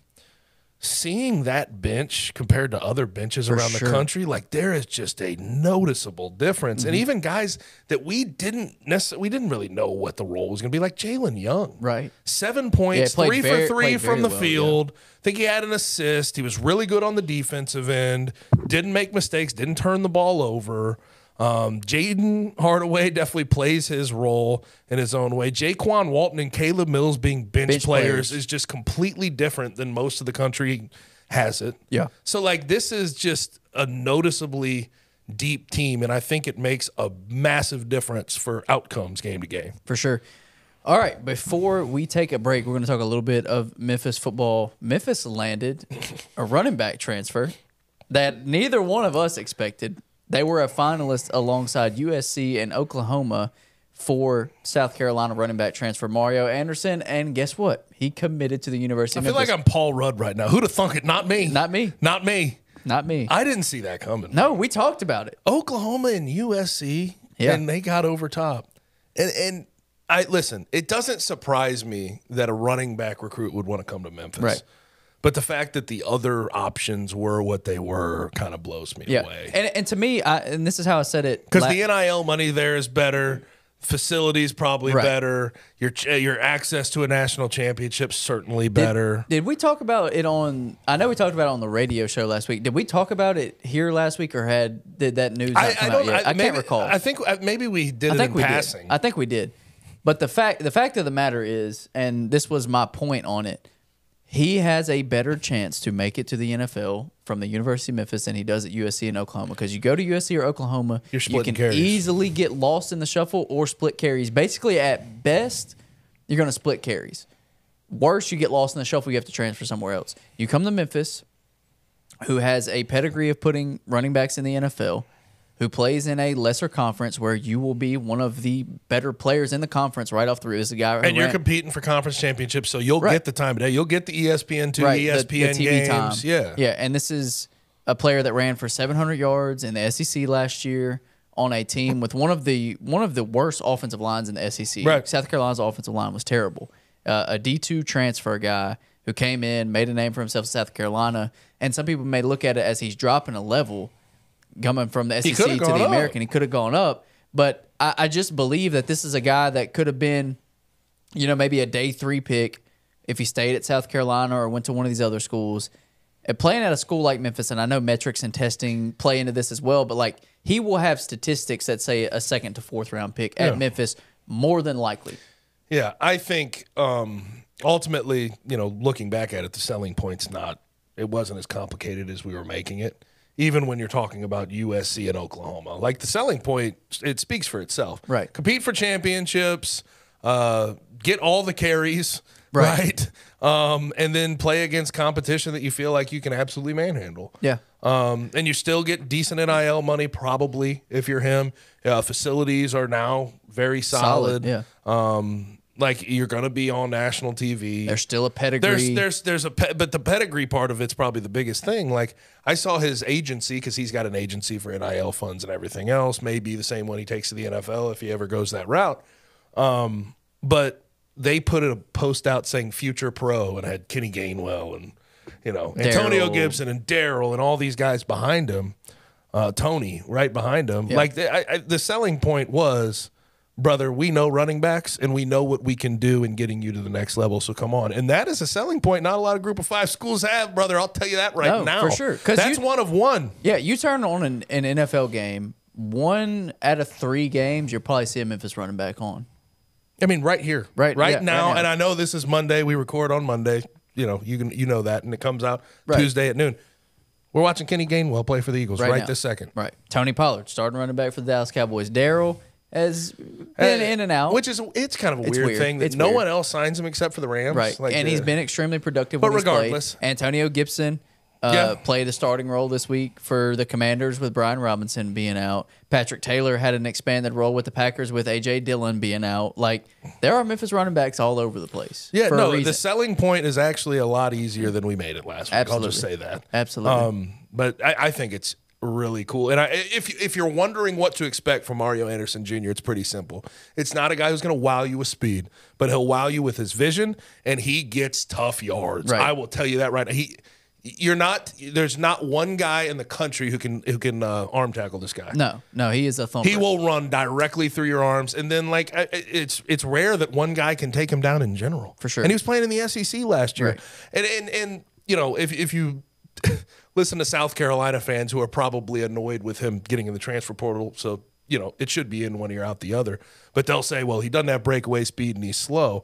S3: seeing that bench compared to other benches around
S2: sure.
S3: the country, like there is just a noticeable difference.
S2: Mm-hmm.
S3: And even guys that we didn't necessarily we didn't really know what the role was gonna be, like Jalen Young.
S2: Right.
S3: Seven points,
S2: played
S3: three
S2: very-
S3: for three
S2: played very
S3: from the
S2: well, yeah.
S3: field. I think he had an assist. He was really good on the defensive end. Didn't make mistakes. Didn't turn the ball over. Um, Jaden Hardaway definitely plays his role in his own way. Jaquan Walton and Caleb Mills being bench,
S2: Bench
S3: players,
S2: players.
S3: is just completely different than most of the country has it.
S2: Yeah.
S3: So like this is just a noticeably deep team, and I think it makes a massive difference for outcomes game to game.
S2: for sure. All right, before we take a break, we're going to talk a little bit of Memphis football. Memphis landed a running back transfer that neither one of us expected. They were a finalist alongside USC and Oklahoma for South Carolina running back transfer Mario Anderson, and guess what? He committed to the
S3: I
S2: University of
S3: feel
S2: Memphis.
S3: like I'm Paul Rudd right now. Who'd have thunk it? Not me.
S2: Not me.
S3: Not me.
S2: Not me.
S3: I didn't see that coming.
S2: no, we talked about it.
S3: Oklahoma and USC,
S2: Yeah.
S3: and they got over top. And and I listen. It doesn't surprise me that a running back recruit would want to come to Memphis.
S2: Right.
S3: But the fact that the other options were what they were kind of blows me
S2: Yeah,
S3: away.
S2: and and to me, I, and this is how I said it
S3: Because
S2: la-
S3: the NIL money there is better. Facilities probably
S2: Right.
S3: better. Your ch- uh, your access to a national championship certainly better.
S2: Did we talk about it on? I know we talked about it on the radio show last week. Did we talk about it here last week, or had did that news not
S3: I,
S2: come
S3: I
S2: out
S3: don't.
S2: yet? I,
S3: maybe-
S2: can't recall.
S3: I think uh, maybe we did
S2: I
S3: it
S2: think
S3: in
S2: we
S3: passing.
S2: did. I think we did. But the fact the fact of the matter is, and this was my point on it, he has a better chance to make it to the NFL from the University of Memphis than he does at USC and Oklahoma. Because you go to USC or Oklahoma,
S3: You're
S2: you
S3: splitting
S2: can
S3: carries.
S2: easily get lost in the shuffle or split carries. Basically, at best, you're going to split carries. Worse, you get lost in the shuffle. You have to transfer somewhere else. You come to Memphis, who has a pedigree of putting running backs in the NFL, who plays in a lesser conference where you will be one of the better players in the conference right off the roof. This is the guy who
S3: and you're
S2: ran-
S3: competing for conference championships, so you'll
S2: Right.
S3: get the time of day. You'll get the E ESPN two,
S2: right, the-
S3: ESPN
S2: the, TV
S3: games.
S2: time.
S3: Yeah,
S2: yeah, and this is a player that ran for 700 yards in the SEC last year on a team with one of the one of the worst offensive lines in the SEC.
S3: Right.
S2: South Carolina's offensive line was terrible. Uh, a D two transfer guy who came in made a name for himself in South Carolina, and some people may look at it as he's dropping a level coming from the SEC
S3: coulda
S2: to
S3: gone
S2: the
S3: up.
S2: American. He could have gone up, but I, I just believe that this is a guy that could have been you know, maybe a day three pick if he stayed at South Carolina or went to one of these other schools. And playing at a school like Memphis, and I know metrics and testing play into this as well, but like he will have statistics that say a second to fourth round pick at
S3: Yeah.
S2: Memphis more than likely.
S3: Yeah, I think um, ultimately, you know, looking back at it, the selling point's not. It wasn't as complicated as we were making it. Even when you're talking about USC and Oklahoma, like the selling point, it speaks for itself.
S2: Right.
S3: Compete for championships. Uh, get all the carries.
S2: Right.
S3: Right. Um, and then play against competition that you feel like you can absolutely manhandle.
S2: Yeah.
S3: Um, and you still get decent NIL money, probably, if you're him. Uh, facilities are now very solid.
S2: yeah.
S3: Um, like you're going to be on national TV.
S2: There's still a pedigree.
S3: There's there's there's a pe- but the pedigree part of it's probably the biggest thing. Like I saw his agency because he's got an agency for NIL funds and everything else. Maybe the same one he takes to the NFL if he ever goes that route. Um, but they put a post out saying future pro and had Kenny Gainwell and you know Antonio
S2: Daryl.
S3: Gibson and Daryl and all these guys behind him. Uh, Tony right behind him. Like the, I, I, the selling point was brother, we know running backs and we know what we can do in getting you to the next level. So come on. And that is a selling point not a lot of group of five schools have, brother. I'll tell you that right
S2: No,
S3: now.
S2: for sure. 'Cause
S3: That's
S2: you-
S3: one of one.
S2: yeah, you turn on an, an NFL game, one out of three games, you'll probably see a Memphis running back on.
S3: I mean, right here.
S2: Right, yeah,
S3: Right,
S2: right
S3: now,
S2: now.
S3: And I know this is Monday. We record on Monday. you know you can you know that, and it comes out
S2: Right.
S3: Tuesday at noon. We're watching Kenny Gainwell play for the Eagles right,
S2: now.
S3: this second.
S2: Right. Tony Pollard, starting running back for the Dallas Cowboys. Daryl has been
S3: Uh,
S2: in and out.
S3: which is it's kind of a
S2: It's
S3: weird,
S2: weird.
S3: thing that
S2: It's
S3: no
S2: weird.
S3: one else signs him except for the Rams.
S2: right.
S3: Like,
S2: and
S3: uh,
S2: he's been extremely productive.
S3: But
S2: when he's
S3: regardless-
S2: played. Antonio Gibson uh,
S3: Yeah.
S2: played a starting role this week for the Commanders with Brian Robinson being out. Patrick Taylor had an expanded role with the Packers with AJ Dillon being out. Like there are Memphis running backs all over the place.
S3: Yeah,
S2: for a
S3: no,
S2: reason.
S3: the selling point is actually a lot easier than we made it last week. I'll just say
S2: Absolutely.
S3: that.
S2: Absolutely.
S3: Um, but I, I think it's really cool. And I, if if you're wondering what to expect from Mario Anderson Jr., it's pretty simple. It's not a guy who's going to wow you with speed, but he'll wow you with his vision, and he gets tough yards.
S2: Right.
S3: I will tell you that right. now. He. You're not. There's not one guy in the country who can who can uh, arm tackle this guy.
S2: no, no, he is a thumper.
S3: He will run directly through your arms, and then like I- I- it's it's rare that one guy can take him down in general.
S2: For sure.
S3: And he was playing in the SEC last year,
S2: Right.
S3: and and and you know if if you listen to South Carolina fans who are probably annoyed with him getting in the transfer portal, so you know it should be in one ear out the other, but they'll say, well, he doesn't have breakaway speed and he's slow.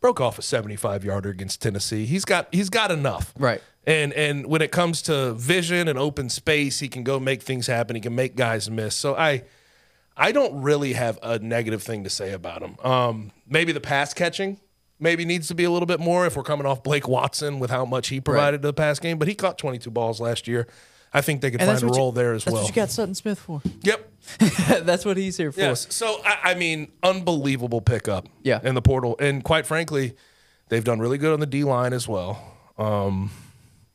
S3: Broke off a 75 yarder against Tennessee. He's got he's got enough.
S2: Right.
S3: And and when it comes to vision and open space, he can go make things happen. He can make guys miss. So I I don't really have a negative thing to say about him. Um, maybe the pass catching maybe needs to be a little bit more if we're coming off Blake Watson with how much he provided to the pass game, but he caught 22 balls last year. I think they could
S2: And
S3: find
S2: that's
S3: a
S2: what you-
S3: role there as
S2: that's
S3: well.
S2: what you got Sutton Smith for.
S3: Yep.
S2: that's what he's here for.
S3: Yes. So I, I mean, unbelievable pickup.
S2: Yeah.
S3: In the portal, and quite frankly, they've done really good on the D line as well. Um,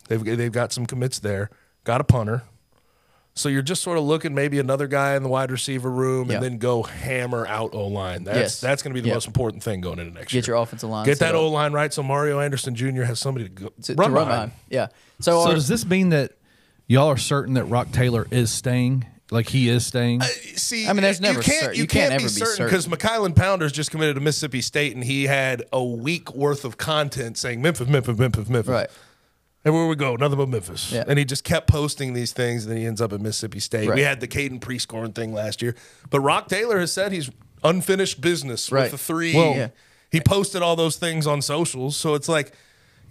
S3: they've they've got some commits there. Got a punter. So you're just sort of looking maybe another guy in the wide receiver room,
S2: Yeah.
S3: and then go hammer out O line. That's
S2: Yes.
S3: that's going to be the
S2: Yeah.
S3: most important thing going into next year.
S2: Get your offensive line.
S3: Get
S2: set
S3: that
S2: up
S3: O line right, so Mario Anderson Jr. has somebody to go run,
S2: to, to run
S3: behind.
S2: behind. Yeah. So,
S4: So
S2: our-
S4: does this mean that y'all are certain that Rock Taylor is staying? Like he is
S3: Uh,
S4: staying?
S3: See,
S2: I mean, there's
S3: you
S2: never
S3: can't,
S2: cer-
S3: you,
S2: you
S3: can't,
S2: can't ever
S3: be
S2: be
S3: certain
S2: certain.
S3: because McKylan Pounders just committed to Mississippi State, and he had a week worth of content saying Memphis, Memphis, Memphis, Memphis.
S2: right.
S3: And where we go, nothing but Memphis.
S2: Yeah.
S3: And he just kept posting these things, and then he ends up at Mississippi State.
S2: Right.
S3: We had the Caden pre-scoring thing last year, but Rock Taylor has said he's unfinished business
S2: Right.
S3: with the three.
S2: Well- Yeah.
S3: He posted all those things on socials, so it's like,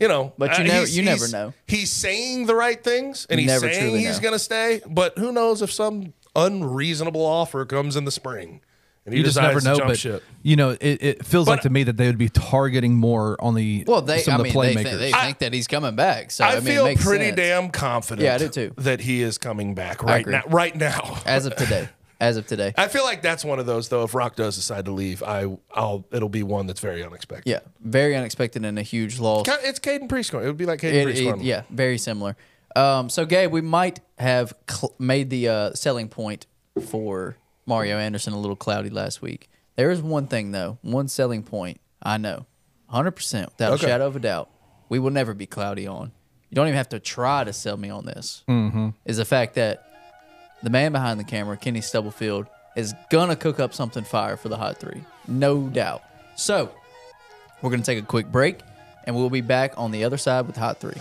S3: you know,
S2: But you
S3: uh,
S2: never-
S3: he's-
S2: you never
S3: he's-
S2: know.
S3: He's saying the right things, and
S2: You
S3: he's
S2: never
S3: saying
S2: truly
S3: he's
S2: know.
S3: going to stay. But who knows if some unreasonable offer comes in the spring, and he
S4: you just never
S3: decides to
S4: know,
S3: jump
S4: but
S3: ship.
S4: you know, it, it feels
S3: But-
S4: like to me that they would be targeting more on the
S2: Well, they.
S4: some
S2: I
S4: of
S2: mean,
S4: the
S2: they,
S4: playmakers.
S2: think, they think that he's coming back. So I,
S3: I,
S2: mean, it
S3: feel
S2: makes
S3: pretty
S2: sense.
S3: damn confident.
S2: Yeah, I do too.
S3: That he is coming back right
S2: agree.
S3: now. Right now,
S2: as of today. As of today.
S3: I feel like that's one of those though. If Rock does decide to leave, I I'll it'll be one that's very unexpected.
S2: Yeah, very unexpected and a huge loss.
S3: Ki- it's Caden Prescorn. It would be like Caden
S2: It- it-
S3: Prescorn.
S2: yeah, very similar. Um, so, Gabe, we might have cl- made the uh, selling point for Mario Anderson a little cloudy last week. There is one thing, though, one selling point I know 100% without
S3: Okay.
S2: a shadow of a doubt. We will never be cloudy on. You don't even have to try to sell me on this. Is the fact that the man behind the camera, Kenny Stubblefield, is gonna cook up something fire for the hot three, no doubt. So, we're gonna take a quick break, and we'll be back on the other side with hot three.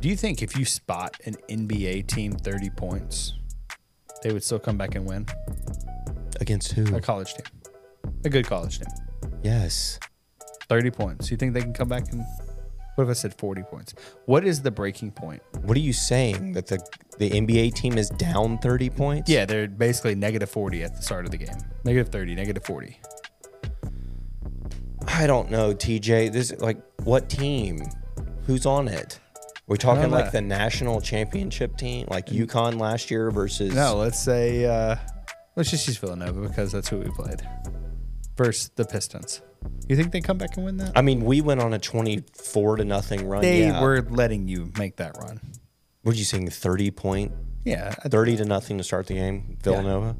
S5: Do you think if you spot an NBA team 30 points, they would still come back and win?
S6: Against who?
S5: A college team. A good college team.
S6: Yes.
S5: 30 points. You think they can come back and what if I said 40 points? What is the breaking point?
S6: What are you saying? That the the NBA team is down 30 points?
S5: Yeah, they're basically negative 40 at the start of the game. Negative 30, negative 40.
S6: I don't know, TJ. This like what team? Who's on it? We're talking
S5: know
S6: like
S5: that.
S6: the national championship team, like UConn last year versus
S5: Mm. No, let's say uh let's just use Villanova because that's who we played. Versus the Pistons. You think they come back and win that?
S6: I mean, we went on a 24 to nothing run.
S5: They
S6: yeah.
S5: were letting you make that run.
S6: What are you saying? 30 point,
S5: Yeah. I-
S6: 30 to nothing to start the game, Villanova.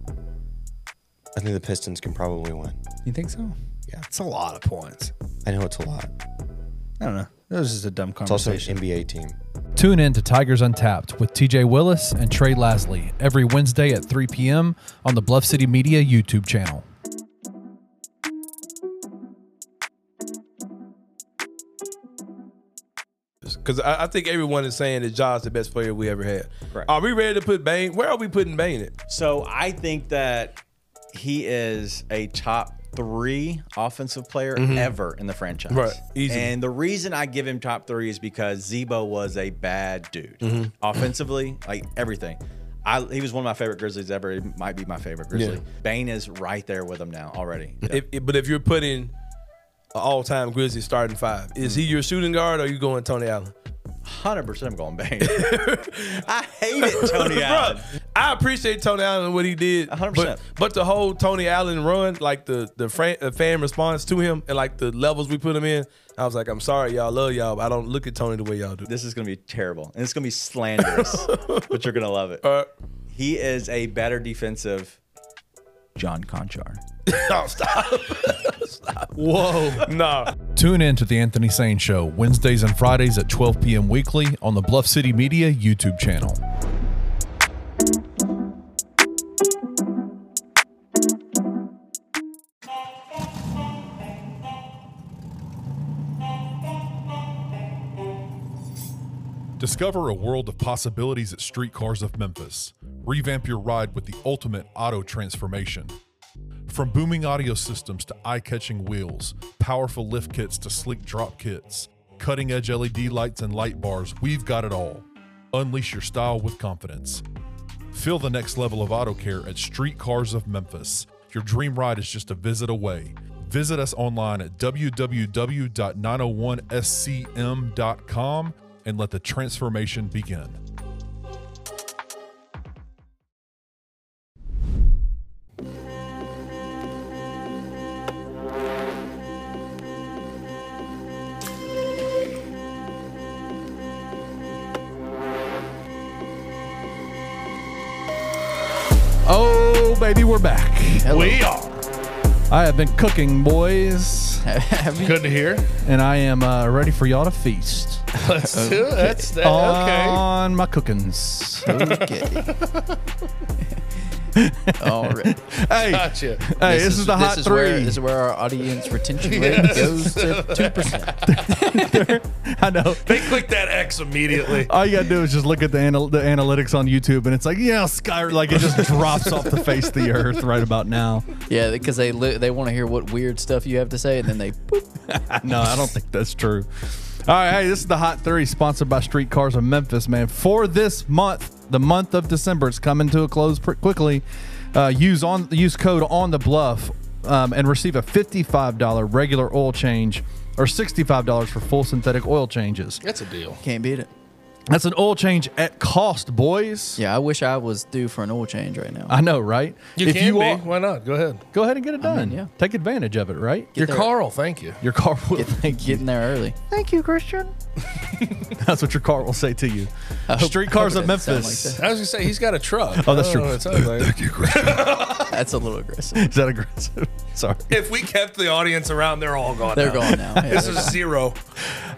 S6: I think the Pistons can probably win.
S5: You think so? Yeah. It's a lot of points.
S6: I know it's a lot.
S5: I don't know. That was just a dumb
S6: It's also an
S5: conversation.
S6: NBA team.
S4: Tune in to Tigers Untapped with TJ Willis and Trey Lasley every Wednesday at 3 p.m. on the Bluff City Media YouTube channel.
S7: Williams because I, I think everyone is saying that Ja's the best player we ever had.
S8: Correct.
S7: Are we ready to put Bain? Where are we putting Bain at?
S8: So I think that he is a top three offensive player ever in the franchise.
S7: Mm-hmm. Right. Easy.
S8: And the reason I give him top three is because Zebo was a bad dude
S7: Mm-hmm.
S8: offensively, like everything. I, he was one of my favorite Grizzlies ever. It might be my favorite Grizzly. Bain is right there with him now already.
S7: If, if- but if you're putting an all-time Grizzly starting five, is
S4: Mm-hmm.
S7: he your shooting guard or are you going Tony Allen?
S8: Hundred percent, I'm going Bain. I hate it, Tony
S4: Uh,
S8: Allen.
S7: Bruh, I appreciate Tony Allen and what he did.
S8: 100%.
S7: But, but the whole Tony Allen run, like the the fan, the fan response to him and like the levels we put him in, I was like, I'm sorry, y'all love y'all, but I don't look at Tony the way y'all do.
S8: This is gonna be terrible, and it's gonna be slanderous, but you're gonna love it.
S7: Uh,
S8: He is a better defensive John Conchar.
S7: no, Oh, stop.
S4: Whoa.
S7: no.
S4: Tune in to The Anthony Sane Show, Wednesdays and Fridays at 12 p.m. weekly on the Bluff City Media YouTube channel.
S9: Discover a world of possibilities at Streetcars of Memphis. Revamp your ride with the ultimate auto transformation. From booming audio systems to eye catching wheels, powerful lift kits to sleek drop kits, cutting edge LED lights and light bars, we've got it all. Unleash your style with confidence. Feel the next level of auto care at Streetcars of Memphis. Your dream ride is just a visit away. Visit us online at www.901scm.com and let the transformation begin.
S4: Oh, baby, we're back.
S2: Hello.
S4: I have been cooking, boys,
S2: Have you-
S5: Good to hear.
S4: and I am uh, ready for y'all to feast
S5: Let's do That's that. Okay.
S4: on my cookings.
S2: okay. All right.
S4: hey,
S5: Gotcha.
S4: hey, this, is, the hot
S2: Oh, is
S4: three.
S2: Where, this is where our audience retention rate goes to two percent.
S4: I know.
S3: They click that X immediately.
S4: All you gotta do is just look at the anal- the analytics on YouTube, and it's like, yeah, sky, like it just drops off the face of the earth right about now.
S2: Yeah, because they li- they want to hear what weird stuff you have to say, and then they boop.
S4: No, I don't think that's true. All right, hey, this is the Hot Three, sponsored by Streetcars of Memphis, man. For this month, the month of December, it's coming to a close pretty quickly. Uh, use on use code on the bluff um, and receive a fifty-five dollar regular oil change or sixty-five dollars for full synthetic oil changes.
S3: That's a deal.
S2: can't beat it.
S4: That's an oil change at cost, boys.
S2: Yeah, I wish I was due for an oil change right now.
S4: I know, right?
S3: You can be.
S4: are-
S3: Why not? Go ahead.
S4: go ahead and get it done.
S2: yeah.
S4: Take advantage of it, right?
S3: You're
S2: there.
S3: Carl. Thank you.
S4: Your car will.
S2: Getting there early.
S4: That's what your car will say to you. Streetcars
S2: hope
S4: of
S2: it doesn't sound
S4: Memphis.
S2: like
S3: I was gonna say he's got a truck.
S4: Oh, that's
S3: I don't
S4: true.
S3: know what it sounds like.
S2: That's a little aggressive.
S4: Is that aggressive? Sorry.
S3: if we kept the audience around, they're all gone.
S2: They're
S3: now.
S2: gone now. Yeah,
S3: This
S2: they're
S3: is zero.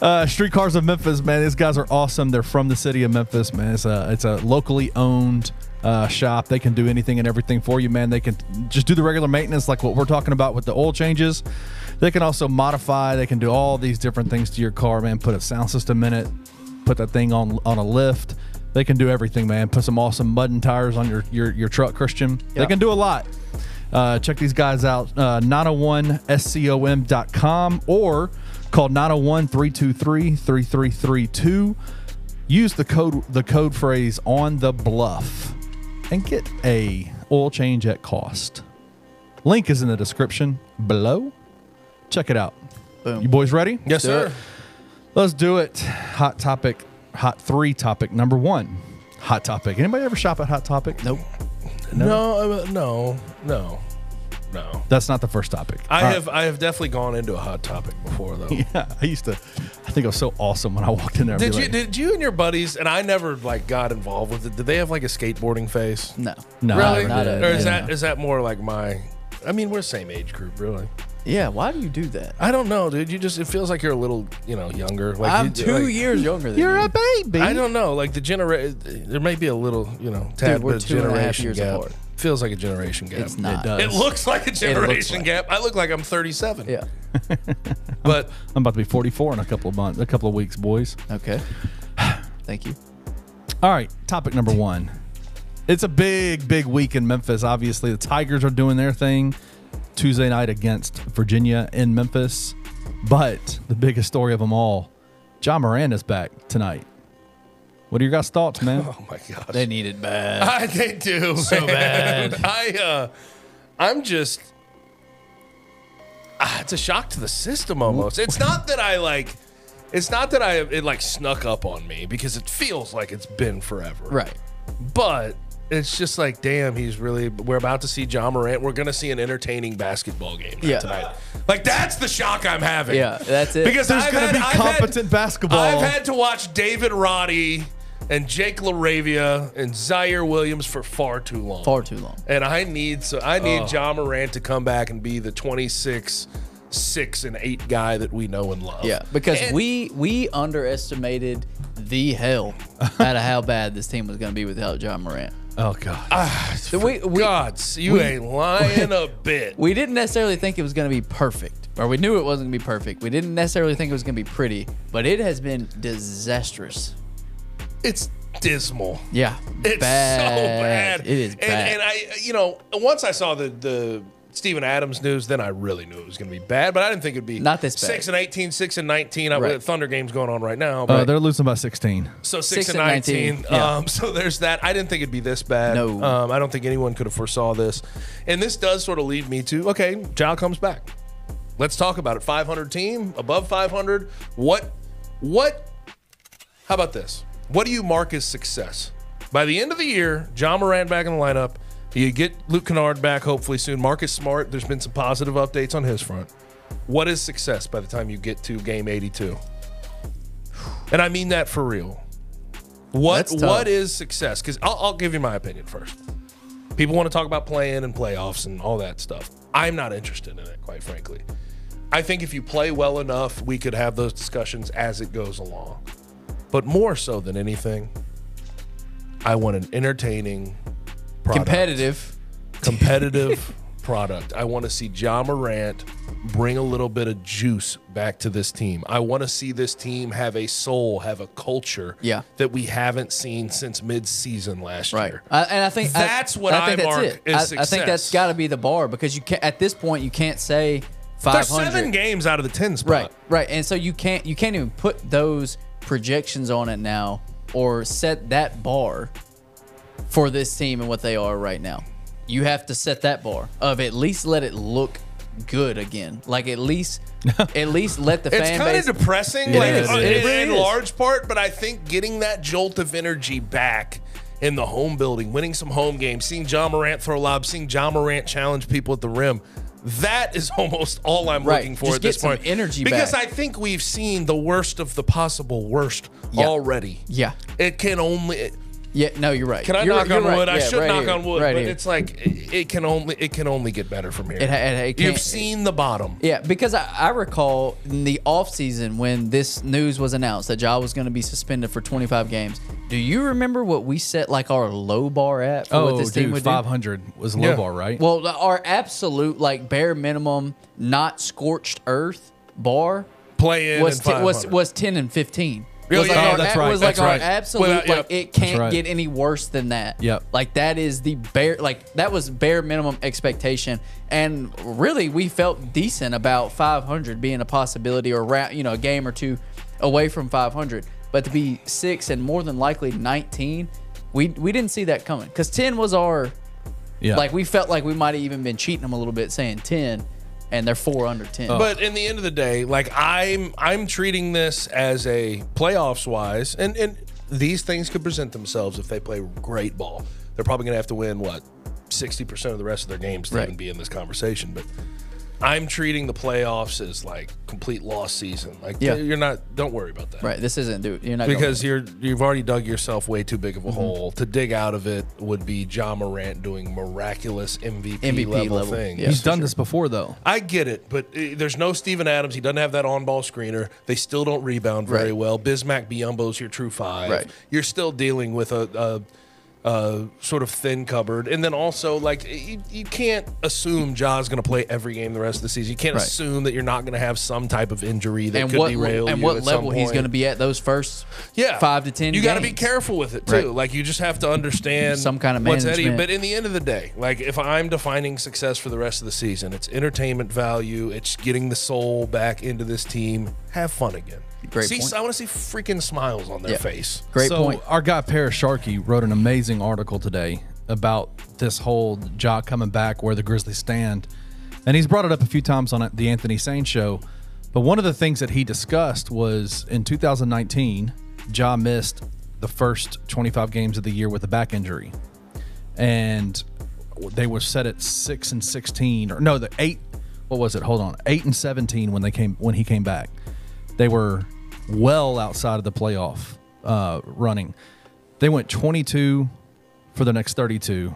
S4: Uh, Streetcars of Memphis, man. These guys are awesome. They're from the city of Memphis, man. It's a it's a locally owned uh, shop. They can do anything and everything for you, man. They can just do the regular maintenance, like what we're talking about with the oil changes. They can also modify. They can do all these different things to your car, man. Put a sound system in it. Put that thing on on a lift. They can do everything, man. Put some awesome mud and tires on your your, your truck, Christian. They
S2: Yeah.
S4: can do a lot. Uh, check these guys out, uh, 901scom.com or call 901 323 3332. Use the code the code phrase on the bluff and get a oil change at cost. Link is in the description below. Check it out.
S2: Boom.
S4: You boys ready?
S3: Yes, sir.
S4: Let's do it. Hot topic, hot three topic number one. Hot topic. Anybody ever shop at Hot Topic?
S2: Nope.
S3: No, uh, no, no, no.
S4: That's not the first topic.
S3: I
S4: All right.
S3: have I have definitely gone into a hot topic before though.
S4: Yeah, I used to. I think I was so awesome when I walked in there. I'd be
S3: Did you
S4: like,
S3: did you and your buddies and I never like got involved with it? Did they have like a skateboarding phase?
S2: No.
S4: No, I
S3: really?
S4: never
S2: Not
S4: did.
S2: a-
S3: or is
S4: Yeah.
S3: that is that more like my? I mean, we're same age group, really.
S2: Yeah, why do you do that?
S3: I don't know, dude. You just it feels like you're a little you know younger. Like
S2: I'm
S3: you-
S2: two
S3: like-
S2: years younger than
S4: You're
S2: you.
S4: a baby.
S3: I don't know. Like the generation, there may be a little you know tad
S2: we're
S3: bit of
S2: two and a half
S3: generation
S2: years
S3: gap.
S2: apart.
S3: Feels like a generation gap.
S2: It's not.
S4: does.
S3: It looks like a
S2: looks
S3: generation
S2: like
S3: gap. I look like I'm 37.
S2: Yeah.
S3: But
S4: I'm about to be 44 in a couple of months, a couple of weeks, boys.
S2: Okay. Thank you.
S4: All right, topic number one. It's a big, big week in Memphis. Obviously, the Tigers are doing their thing Tuesday night against Virginia in Memphis. But the biggest story of them all, John Moran is back tonight. What are your guys' thoughts, man?
S3: oh my gosh.
S2: They need it bad.
S3: I they do. So bad. I uh I'm just Ah, it's a shock to the system almost. It's not that I like it's not that I it like snuck up on me because it feels like it's been forever.
S2: Right.
S3: But it's just like, damn, he's really. We're about to see John Morant. We're gonna see an entertaining basketball game
S2: Yeah.
S3: tonight. Like that's the shock I'm having.
S2: Yeah, that's it.
S3: Because
S4: There's
S3: I've
S4: gonna
S3: had-
S4: be
S3: I've had-
S4: competent basketball.
S3: I've had to watch David Roddy and Jake Laravia and Zaire Williams for far too long.
S2: Far Oh. too long.
S3: And I need so I need John Morant to come back and be the 26, six and eight guy that we know and love.
S2: Yeah, because
S3: And-
S2: we we underestimated the hell out of how bad this team was going to be without John Morant.
S4: Oh, God.
S2: So we, we
S3: Gods, you ain't lying a bit.
S2: we didn't necessarily think it was going to be perfect, or we knew it wasn't going to be perfect. We didn't necessarily think it was going to be pretty, but it has been disastrous.
S3: It's dismal.
S2: Yeah,
S3: It's so bad.
S2: It is
S3: And,
S2: bad.
S3: and I, you know, once I saw the the Steven Adams news, then I really knew it was going to be bad. But I didn't think it'd be
S2: Not this bad.
S3: Six and 18, six and nineteen. I,
S2: Right. Oh,
S3: Thunder game's going on right now.
S4: Uh,
S3: but-
S4: they're losing by 16.
S3: so six,
S2: Six
S3: and
S2: and
S3: nineteen.
S2: 19, yeah.
S3: Um, so there's that. I didn't think it'd be this bad.
S2: No.
S3: Um, I don't think anyone could have foresaw this. And this does sort of lead me to okay, Jal comes back. Let's talk about it. 500 team above 500. What? What? How about this? What do you mark as success? By the end of the year, John Moran back in the lineup. You get Luke Kennard back hopefully soon. Marcus Smart. There's been some positive updates on his front. What is success by the time you get to game 82? And I mean that for real. What
S2: That's tough.
S3: what is success? Because I'll, I'll give you my opinion first. People want to talk about play-in and playoffs and all that stuff. I'm not interested in it, quite frankly. I think if you play well enough, we could have those discussions as it goes along. But more so than anything, I want an entertaining, product
S2: Competitive.
S3: competitive product. I want to see John Morant bring a little bit of juice back to this team. I want to see this team have a soul, have a culture
S2: Yeah.
S3: that we haven't seen since midseason last
S2: Right, Uh,
S3: year.
S2: I, and I think I-
S3: That's what I
S2: think
S3: mark
S2: that's it.
S3: as
S2: I- I
S3: success.
S2: think that's got to be the bar because you can not at this point you can't say
S3: They're
S2: five
S3: seven
S2: hundred.
S3: games out of the 10 spot.
S2: Right, right, and so you can't you can't even put those projections on it now or set that bar for this team and what they are right now. You have to set that bar of at least let it look good again. Like at least at least let the
S3: It's
S2: fan
S3: kind of
S2: base
S3: depressing,
S2: It
S3: like uh,
S2: is.
S3: in,
S2: It really
S3: in
S2: is.
S3: large part. But I think getting that jolt of energy back in the home building, winning some home games, seeing John Morant throw lobs, seeing John Morant challenge people at the rim. That is almost all I'm
S2: Right.
S3: looking for
S2: Just
S3: at this
S2: get some
S3: point.
S2: energy
S3: because
S2: back.
S3: I think we've seen the worst of the possible worst
S2: Yeah.
S3: already.
S2: Yeah.
S3: it can only.
S2: Yeah, no, you're right.
S3: can I
S2: You're-
S3: knock
S2: you're
S3: on
S2: right.
S3: wood? I
S2: Yeah,
S3: should
S2: right
S3: knock
S2: here.
S3: on wood,
S2: Right
S3: but
S2: here.
S3: it's like it, it can only it can only get better from here.
S2: It ha- it- it
S3: You've
S2: can't-
S3: seen the bottom.
S2: Yeah, because I, I recall in the offseason when this news was announced that Ja was going to be suspended for 25 games. Do you remember what we set like our low bar at for what
S4: Oh,
S2: this team
S4: dude,
S2: would
S4: 500 was low
S3: Yeah.
S4: bar, right?
S2: do? Well, the- our absolute like bare minimum, not scorched earth bar
S3: Play in
S2: was
S3: and
S2: t- was
S3: 500.
S2: was 10 and 15.
S3: Oh,
S2: Was like
S3: yeah.
S2: our,
S3: Oh, that's
S2: a-
S4: right,
S2: Was like
S4: that's
S2: our
S4: right.
S2: absolute
S3: Without-
S2: like
S3: yeah.
S2: it can't
S4: right.
S2: get any worse than that.
S4: Yep.
S2: Like that is the bare like that was bare minimum expectation, and really we felt decent about 500 being a possibility or ra- you know a game or two away from 500, but to be six and more than likely 19, we we didn't see that coming because 10 was our
S4: yeah.
S2: like we felt like we might have even been cheating them a little bit saying 10, and they're four under 10.
S3: But in the end of the day, like I'm I'm treating this as a playoffs wise, and and these things could present themselves if they play great ball. They're probably gonna have to win what sixty percent of the rest of their games to
S2: Right.
S3: even be in this conversation. But I'm treating the playoffs as like complete lost season. Like
S2: Yeah.
S3: you're not don't worry about that.
S2: right, this isn't do you're not going
S3: Because you're you've already dug yourself way too big of a
S2: Mm-hmm.
S3: hole. To dig out of it would be John Morant doing miraculous MVP,
S2: MVP
S3: level,
S2: level,
S3: things.
S2: yeah.
S4: He's done this before, though.
S3: I get it, but uh, there's no Steven Adams. He doesn't have that on-ball screener. They still don't rebound very
S2: Right.
S3: well. Bismack Biombo's your true five.
S2: Right.
S3: You're still dealing with a, uh, sort of thin cupboard. And then also, like, you, you can't assume Ja's going to play every game the rest of the season. You can't
S2: Right.
S3: assume that you're not going to have some type of injury that
S2: and
S3: could
S2: what
S3: derail
S2: and
S3: you
S2: what
S3: at some
S2: level he's
S3: point.
S2: going to be at those first
S3: yeah.
S2: five to ten.
S3: You got to be
S2: games.
S3: careful with it too.
S2: Right.
S3: Like you just have to understand
S2: Some kind of
S3: what's at you.
S2: management.
S3: But in the end of the day, like if I'm defining success for the rest of the season, it's entertainment value. It's getting the soul back into this team. Have fun again.
S2: Great
S3: see,
S2: point.
S3: I want to see freaking smiles on their
S2: Yeah.
S3: face.
S2: Great
S4: so
S2: point.
S4: Our guy Paris Sharkey wrote an amazing article today about this whole Ja coming back, where the Grizzlies stand, and he's brought it up a few times on the Anthony Sane show. But one of the things that he discussed was in 2019, Ja missed the first 25 games of the year with a back injury, and they were set at six and 16, or no, the eight. What was it? Hold on, eight and 17 when they came when he came back they were well outside of the playoff uh, running. They went 22 for the next 32.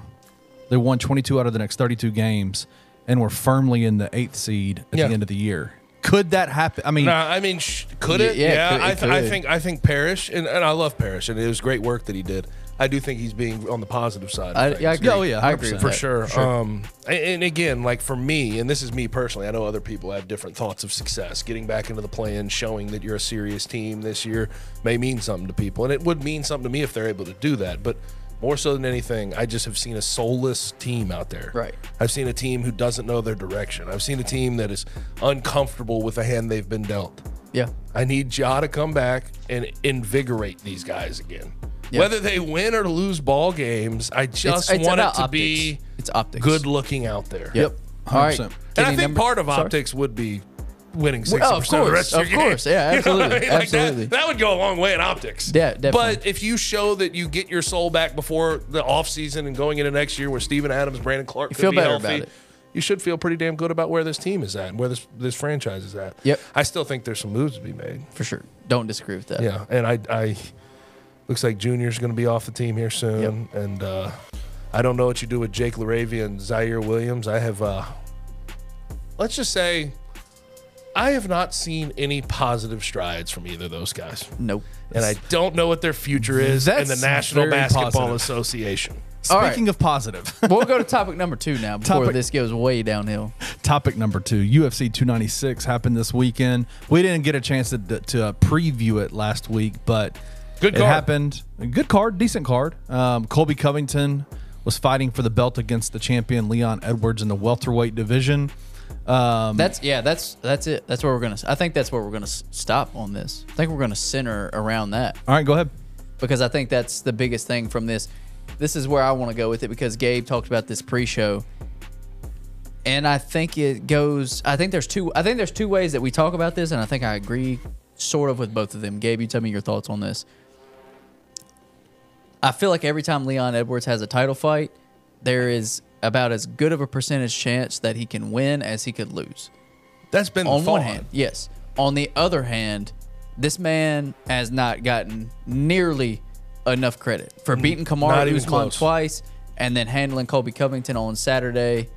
S4: They won 22 out of the next 32 games and were firmly in the eighth seed at
S3: Yeah.
S4: the end of the year. Could that happen? I mean,
S3: No, I mean, sh- could
S2: Y-
S3: it?
S2: yeah,
S3: Yeah,
S2: it could-
S3: I,
S2: it
S3: th- I
S2: could.
S3: think I think Parrish, and, and I love Parrish, and it was great work that he did. I do think he's being on the positive side. of
S2: I,
S3: things.
S2: yeah, I agree.
S4: Oh, yeah,
S2: I agree with
S3: for
S2: that.
S3: sure. Um, a- and again, like for me, and this is me personally. I know other people have different thoughts of success. Getting back into the plan, showing that you're a serious team this year, may mean something to people, and it would mean something to me if they're able to do that. But more so than anything, I just have seen a soulless team out there.
S2: Right.
S3: I've seen a team who doesn't know their direction. I've seen a team that is uncomfortable with the hand they've been dealt.
S2: Yeah.
S3: I need Ja to come back and invigorate these guys again.
S2: Yeah.
S3: Whether they win or lose ball games, I just
S2: it's
S3: want it
S2: about
S3: to
S2: optics.
S3: be
S2: It's optics.
S3: good looking out there.
S2: Yep. All right.
S4: 100%.
S3: And I
S2: Kenny,
S3: think
S2: number-
S3: part of
S2: sorry?
S3: optics would be winning 60%
S2: Well, of
S3: of the rest
S2: course,
S3: of,
S2: of
S3: your game.
S2: course. Yeah,
S3: You know what
S2: absolutely,
S3: Like, that-
S2: absolutely.
S3: that, would go a long way in optics.
S2: Yeah, definitely.
S3: But if you show that you get your soul back before the offseason and going into next year where Steven Adams, Brandon Clark could
S2: feel
S3: be
S2: better
S3: healthy,
S2: about it.
S3: you should feel pretty damn good about where this team is at and where this, this franchise is at.
S2: Yep.
S3: I still think there's some moves to be made.
S2: For sure. Don't disagree with that.
S3: Yeah, and I, I looks like Junior's going to be off the team here soon, and uh, I don't know what you do with Jake Laravia and Zaire Williams. I have, uh, let's just say, I have not seen any positive strides from either of those guys,
S2: Nope.
S3: and I don't know what their future is in
S4: That's
S3: the National
S4: very
S3: Basketball
S4: positive.
S3: Association.
S2: All right.
S4: speaking of positive,
S2: we'll go to topic number two now before
S4: Topic-
S2: this goes way downhill.
S4: topic number two UFC 296 happened this weekend. We didn't get a chance to, to uh, preview it last week, but
S3: Good
S4: it
S3: card.
S4: happened. Good card, decent card. Um, Colby Covington was fighting for the belt against the champion Leon Edwards in the welterweight division. Um,
S2: That's yeah. That's that's it. That's where we're gonna. I think that's where we're gonna s- stop on this. I think we're gonna center around that
S4: all right, go ahead.
S2: because I think that's the biggest thing from this. This is where I want to go with it because Gabe talked about this pre-show, and I think it goes. I think there's two. I think there's two ways that we talk about this, and I think I agree sort of with both of them. Gabe, you tell me your thoughts on this. I feel like every time Leon Edwards has a title fight, there is about as good of a percentage chance that he can win as he could lose
S3: That's been
S2: on
S3: the
S2: one
S3: thought.
S2: hand, yes. On the other hand, this man has not gotten nearly enough credit for beating
S3: Mm-hmm. not
S2: Kamara
S3: even
S2: Usman
S3: close.
S2: twice and then handling Colby Covington on Saturday.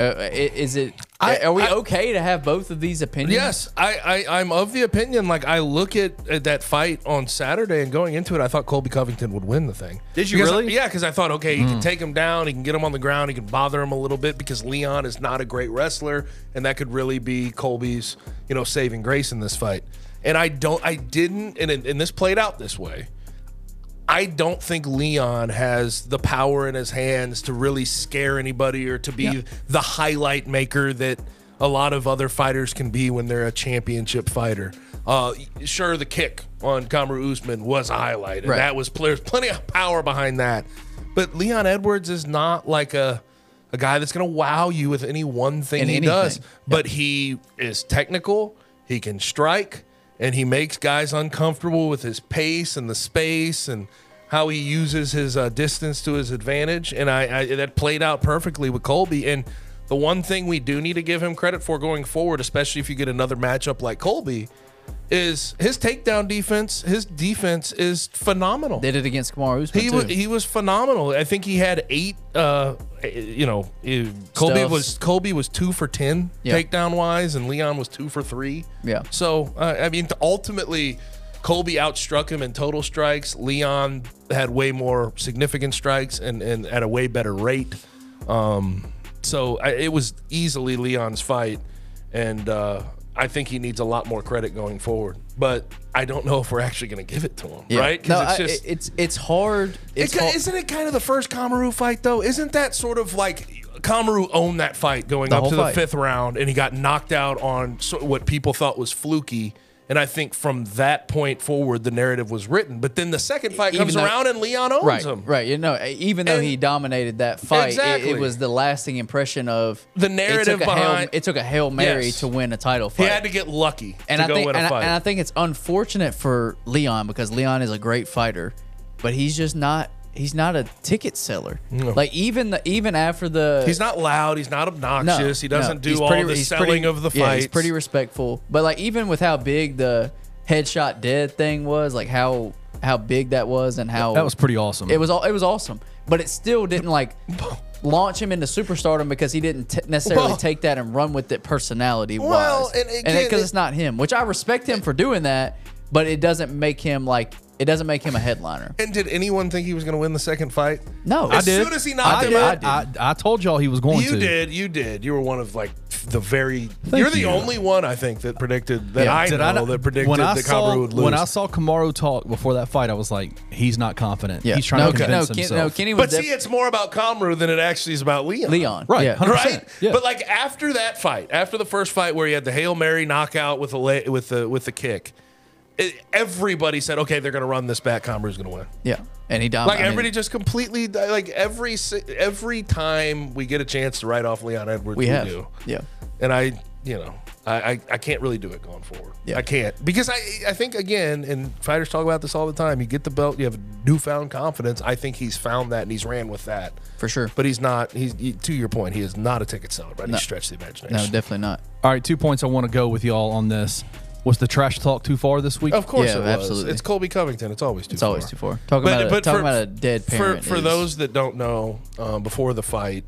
S2: Uh, i- is it?
S3: I-
S2: are we
S3: I-
S2: okay to have both of these opinions?
S3: Yes, I, I I'm of the opinion. Like I look at, at that fight on Saturday and going into it, I thought Colby Covington would win the thing.
S5: Did you
S3: Because-
S5: really?
S3: yeah, because I thought okay, he can take him down, he can get him on the ground, he can bother him a little bit because Leon is not a great wrestler, and that could really be Colby's you know saving grace in this fight. And I don't, I didn't, and and this played out this way. I don't think Leon has the power in his hands to really scare anybody or to be the highlight maker that a lot of other fighters can be when they're a championship fighter. Uh, sure, the kick on Kamaru Usman was a highlight, and
S2: Right.
S3: that was there's plenty of power behind that. But Leon Edwards is not like a a guy that's going to wow you with any one thing
S2: In
S3: he
S2: anything.
S3: does. But he is technical. He can strike, and he makes guys uncomfortable with his pace and the space and how he uses his uh, distance to his advantage. And I, I that played out perfectly with Colby. And the one thing we do need to give him credit for going forward, especially if you get another matchup like Colby, is his takedown defense. His defense is phenomenal.
S2: Did it against Kamara Usman
S3: He
S2: too.
S3: was he was phenomenal. I think he had eight. Uh, you know, eh, Colby
S2: Stuffs.
S3: was Colby was two for ten
S2: Yeah.
S3: takedown wise, and Leon was two for three.
S2: Yeah.
S3: So uh, I mean, ultimately, Colby outstruck him in total strikes. Leon had way more significant strikes and, and at a way better rate. Um, so I, it was easily Leon's fight, and uh, I think he needs a lot more credit going forward. But I don't know if we're actually going to give it to him,
S2: Yeah.
S3: right?
S2: No,
S3: Because
S2: I- it's it's hard. It's
S3: it, ki-
S2: hard-
S3: isn't it kind of the first Kamaru fight though? Isn't that sort of like Kamaru owned that fight going up
S2: whole
S3: to the
S2: fight.
S3: fifth round, and he got knocked out on so, what people thought was fluky. And I think from that point forward, the narrative was written. But then the second fight
S2: E-, Even
S3: comes
S2: though-
S3: around, and Leon owns
S2: right,
S3: him.
S2: right. You know, e, even though
S3: And-
S2: he dominated that fight, it- it,
S3: Exactly.
S2: was the lasting impression of
S3: The
S2: It
S3: narrative
S2: took a hail,
S3: behind-
S2: it took a hail mary
S3: Yes.
S2: to win a title
S3: He
S2: fight.
S3: had to get lucky
S2: and
S3: to
S2: I
S3: go
S2: think
S3: win a
S2: and I,
S3: fight.
S2: and I think it's unfortunate for Leon because Leon is a great fighter, but he's just not he's not a ticket seller. Like even the even after the
S3: he's not loud. He's not
S2: no,
S3: obnoxious. he
S2: no.
S3: doesn't
S2: He's
S3: do all
S2: pretty-
S3: the
S2: he's
S3: selling
S2: pretty-
S3: of the fight.
S2: Yeah, he's pretty respectful. But like even with how big the headshot dead thing was, like how how big that was and how
S4: That was pretty awesome.
S2: it was all it was awesome, but it still didn't like launch him into superstardom because he didn't t- necessarily
S3: Well-
S2: take that and run with it personality wise.
S3: Well, and again,
S2: because
S3: it-
S2: it's not him, which I respect him for doing that, but it doesn't make him like it doesn't make him a headliner.
S3: and did anyone think he was going to win the second fight?
S2: No,
S3: As
S2: I did.
S3: soon as he
S4: I,
S3: knocked
S4: did.
S3: him out,
S4: I, I, I told y'all he was going
S3: You
S4: to.
S3: did. You did. You were one of like the very. you're the
S4: you.
S3: only one I think that predicted that
S2: Yeah.
S3: I
S4: Did
S3: know
S4: I not-
S3: that predicted
S4: when I
S3: that
S4: saw,
S3: Kamaru would lose.
S4: When I saw Kamaru talk before that fight, I was like, he's not confident.
S2: yeah,
S4: He's trying
S2: no,
S4: to
S2: Ken-
S4: convince
S2: no, Ken-
S4: himself.
S2: no, Kenny was
S3: but see,
S2: def-
S3: it's more about Kamaru than it actually is about Leon.
S2: Leon,
S4: Right,
S2: Yeah.
S4: 100%.
S3: Right,
S4: yeah.
S3: but like after that fight, after the first fight where he had the hail mary knockout with the la- with the with the kick, it, everybody said, "Okay, they're going to run this back. Kamaru's going to win."
S2: yeah, and he
S3: Like
S2: dominated.
S3: everybody just completely like every si- every time we get a chance to write off Leon Edwards,
S2: we have,
S3: do.
S2: yeah.
S3: and I, you know, I, I, I can't really do it going forward.
S2: Yeah.
S3: I can't because I, I think again, and fighters talk about this all the time. You get the belt, you have newfound confidence. I think he's found that and he's ran with that
S2: For sure.
S3: But he's not. He's he- to your point. He is not a ticket seller. But he stretch the imagination.
S2: No, definitely not.
S4: All right, two points I want to go with y'all on this. Was the trash talk too far this week?
S3: of course,
S2: Yeah,
S3: it was.
S2: absolutely.
S3: It's Colby Covington. It's always too.
S2: It's always too far. Talking about a, talking about a dead parent.
S3: For, for
S2: is-
S3: those that don't know, um, before the fight,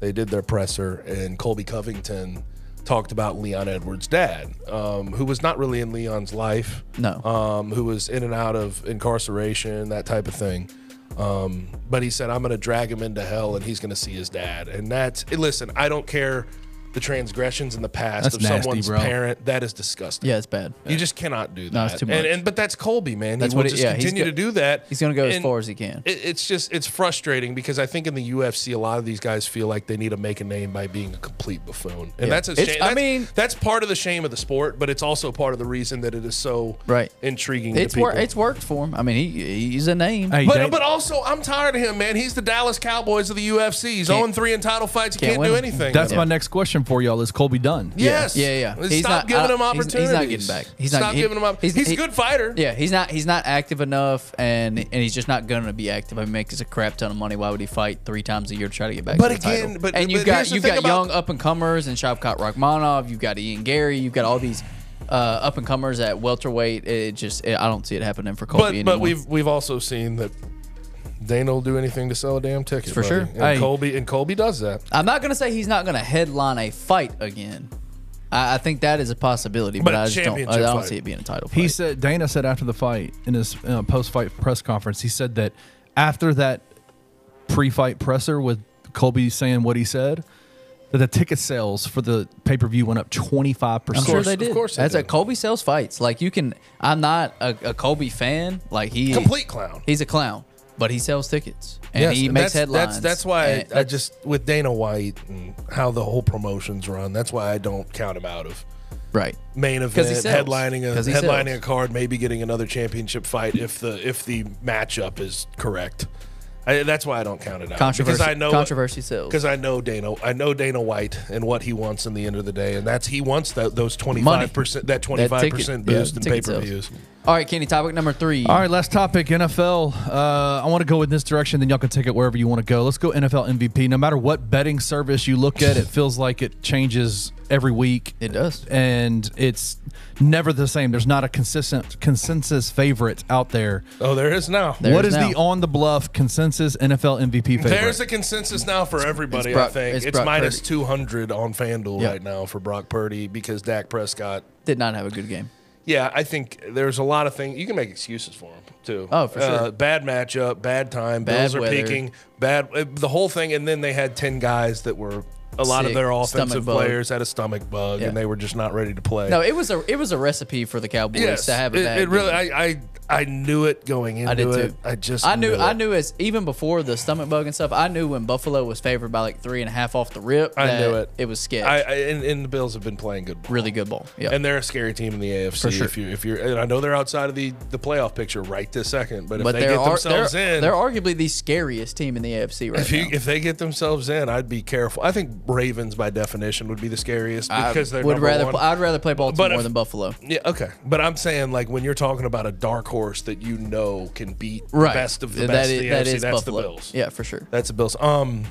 S3: they did their presser, and Colby Covington talked about Leon Edwards' dad, um, who was not really in Leon's life.
S2: No.
S3: Um, who was in and out of incarceration, that type of thing. Um, but he said, I'm going to drag him into hell and he's going to see his dad. And that's, and listen, I don't care the transgressions in the past
S4: That's
S3: of
S4: nasty,
S3: someone's
S4: bro.
S3: parent. That is disgusting.
S2: yeah, it's bad.
S3: You just cannot do that.
S2: No, it's too
S3: And,
S2: much.
S3: and but that's Colby, man.
S2: That's
S3: he will
S2: what it-
S3: just
S2: yeah, he's
S3: continue
S2: go-
S3: to do that.
S2: He's gonna go as
S3: And
S2: far as he can.
S3: It, it's just it's frustrating because I think in the UFC a lot of these guys feel like they need to make a name by being a complete buffoon, and
S2: Yeah.
S3: that's a
S2: It's-
S3: shame.
S2: I
S3: That's,
S2: mean-
S3: that's part of the shame of the sport, but it's also part of the reason that it is so
S2: Right.
S3: intriguing.
S2: It's
S3: to people.
S2: wor- it's worked for him. I mean, he he's a name.
S4: Hey,
S3: But,
S4: Dave-
S3: but also, I'm tired of him, man. He's the Dallas Cowboys of the UFC. He's 0
S2: Can't-
S3: 3 in title fights. He
S2: can't
S3: can't, do
S2: win.
S3: anything.
S4: that's
S3: with
S4: my
S3: it.
S4: next question for y'all. Is Colby done?
S3: Yes.
S2: Yeah, yeah.
S3: Let's
S2: He's
S3: Stop
S2: not-
S3: giving
S2: I-
S3: him
S2: he's- he's
S3: opportunities.
S2: not getting back. He's not-
S3: Stop
S2: he-
S3: giving him up.
S2: he's-
S3: He's,
S2: he-
S3: a good fighter.
S2: Yeah, he's not he's not active enough, and and he's just not gonna be active. I mean, makes us a crap ton of money. Why would he fight three times a year to try to get back?
S3: But
S2: to the
S3: again,
S2: title?
S3: but-
S2: and you've
S3: but here's
S2: got
S3: the
S2: you've
S3: thing
S2: got
S3: about-
S2: young up and comers and Shavkat Rachmanov. You've got Ian Gary. You've got all these uh, up and comers at welterweight. It just it, I don't see it happening for Colby
S3: but
S2: anymore.
S3: but we've we've also seen that Dana will do anything to sell a damn ticket
S2: For
S3: buddy.
S2: sure.
S3: And
S4: Hey.
S3: Colby and Colby does that.
S2: I'm not gonna say he's not gonna headline a fight again. I, I think that is a possibility, but,
S3: But
S2: I just don't. I
S3: championship
S2: don't
S3: fight.
S2: see it being a title fight.
S4: He said Dana said after the fight in his uh, post-fight press conference, he said that after that pre-fight presser with Colby saying what he said, that the ticket sales for the pay-per-view went up 25
S2: I'm
S4: percent.
S2: sure they
S3: of
S2: did.
S3: course they
S2: That's a
S3: did.
S2: Kobe sells fights. Like you can. I'm not a, a Kobe fan. Like he
S3: Complete clown.
S2: He's a clown, but he sells tickets and
S3: Yes,
S2: he
S3: and
S2: makes
S3: that's, That's
S2: headlines.
S3: that's why
S2: and uh,
S3: I just with Dana White and how the whole promotions run. That's why I don't count him out of
S2: right.
S3: main
S2: 'Cause
S3: event
S2: he sells.
S3: headlining a
S2: 'Cause he
S3: headlining
S2: sells.
S3: a card, maybe getting another championship fight if the if the matchup is correct. I, that's why I don't count it out
S2: Controversy.
S3: because I know
S2: controversy sells.
S3: Because I know Dana, I know Dana White and what he wants in the end of the day, and that's he wants that those twenty
S2: Money.
S3: five percent, that twenty
S2: That
S3: five
S2: ticket-
S3: percent
S2: yeah,
S3: boost in pay
S2: ticket
S3: per
S2: sales.
S3: views.
S2: All right, Kenny. Topic number three.
S4: All right, last topic NFL. Uh, I want to go in this direction, then y'all can take it wherever you want to go. Let's go NFL MVP. No matter what betting service you look at, it feels like it changes every week.
S2: It does.
S4: and it's never the same. There's not a consistent consensus favorite out there.
S3: Oh, there is now.
S2: There
S4: what
S2: is
S4: is
S2: now.
S4: the on the bluff consensus NFL MVP favorite?
S3: There's a consensus now for everybody.
S2: Brock-
S3: I think
S2: it's
S3: it's,
S2: Brock
S3: minus
S2: Purdy.
S3: two hundred on Fanduel
S2: Yeah.
S3: right now for Brock Purdy because Dak Prescott.
S2: Did not have a good game.
S3: Yeah, I think there's a lot of things you can make excuses for him too. Uh,
S2: Oh, for sure.
S3: bad matchup, bad time.
S2: Bad
S3: Bills are
S2: weather.
S3: peaking. Bad uh, the whole thing, and then they had ten guys that were a lot
S2: Sick.
S3: of their
S2: Stomach
S3: offensive
S2: bug.
S3: players had a stomach bug,
S2: Yeah.
S3: and they were just not ready to play.
S2: No, it was a it was a recipe for the Cowboys to have a
S3: it,
S2: bad.
S3: it really.
S2: game.
S3: I, I I knew it going into
S2: I did
S3: it.
S2: too.
S3: I just
S2: I knew,
S3: it.
S2: I knew as even before the stomach bug and stuff. I knew when Buffalo was favored by like three and a half off the rip.
S3: I
S2: that
S3: knew it.
S2: It was sketch.
S3: I, I and, and the Bills have been playing good. ball.
S2: really good ball. Yeah.
S3: And they're a scary team in the AFC. If you if you're, and I know they're outside of the, the playoff picture right this second, but,
S2: but
S3: if they
S2: they're,
S3: get
S2: ar-
S3: themselves
S2: they're,
S3: in,
S2: they're arguably the scariest team in the AFC right
S3: if you,
S2: now.
S3: if they get themselves in, I'd be careful. I think Ravens by definition would be the scariest because they're
S2: would
S3: number
S2: rather
S3: one.
S2: pl- I'd rather play Baltimore
S3: if-
S2: than Buffalo.
S3: yeah, okay. But I'm saying like when you're talking about a dark horse that you know can beat
S2: Right.
S3: the best of the
S2: That
S3: best,
S2: is-
S3: in the
S2: that
S3: AFC,
S2: is
S3: that's
S2: Buffalo.
S3: the Bills.
S2: Yeah, for sure.
S3: That's the Bills. Um,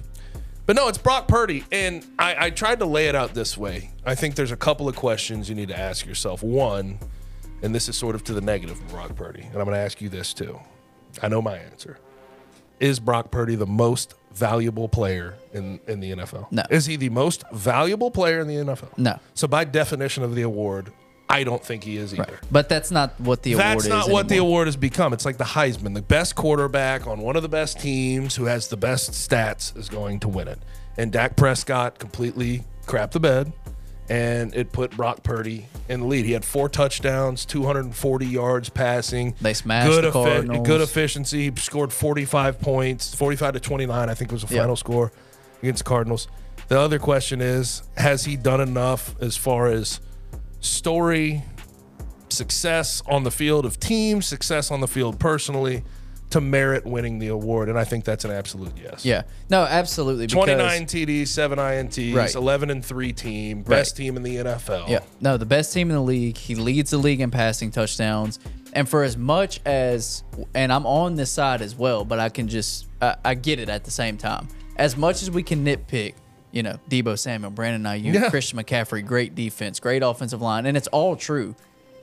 S3: but no, it's Brock Purdy, and I, I tried to lay it out this way. I think there's a couple of questions you need to ask yourself. One, and this is sort of to the negative of Brock Purdy, and I'm going to ask you this too. I know my answer. Is Brock Purdy the most valuable player in, in the NFL?
S2: No.
S3: Is he the most valuable player in the NFL?
S2: No.
S3: So by definition of the award, I don't think he is either.
S2: But that's not what the award is.
S3: That's not what the
S2: anymore.
S3: award has become. It's like the Heisman. The best quarterback on one of the best teams who has the best stats is going to win it. And Dak Prescott completely crapped the bed, and it put Brock Purdy in the lead. He had four touchdowns, 240 yards passing.
S2: They smashed
S3: good
S2: the
S3: effi-
S2: Cardinals.
S3: Good efficiency. He scored 45 points, 45 to 29, I think was the
S2: Yeah.
S3: final score against the Cardinals. The other question is, has he done enough as far as story, success on the field of teams, success on the field personally, to merit winning the award. And I think that's an absolute yes.
S2: Yeah. No, absolutely. because-
S3: 29 TDs, 7 INTs,
S2: Right.
S3: 11 and 3 team, best team in the NFL.
S2: Yeah. No, the best team in the league. He leads the league in passing touchdowns. And for as much as, and I'm on this side as well, but I can just, I, I get it at the same time. As much as we can nitpick, you know, Debo Samuel, Brandon Ayuk,
S3: Yeah.
S2: Christian McCaffrey, great defense, great offensive line, and it's all true.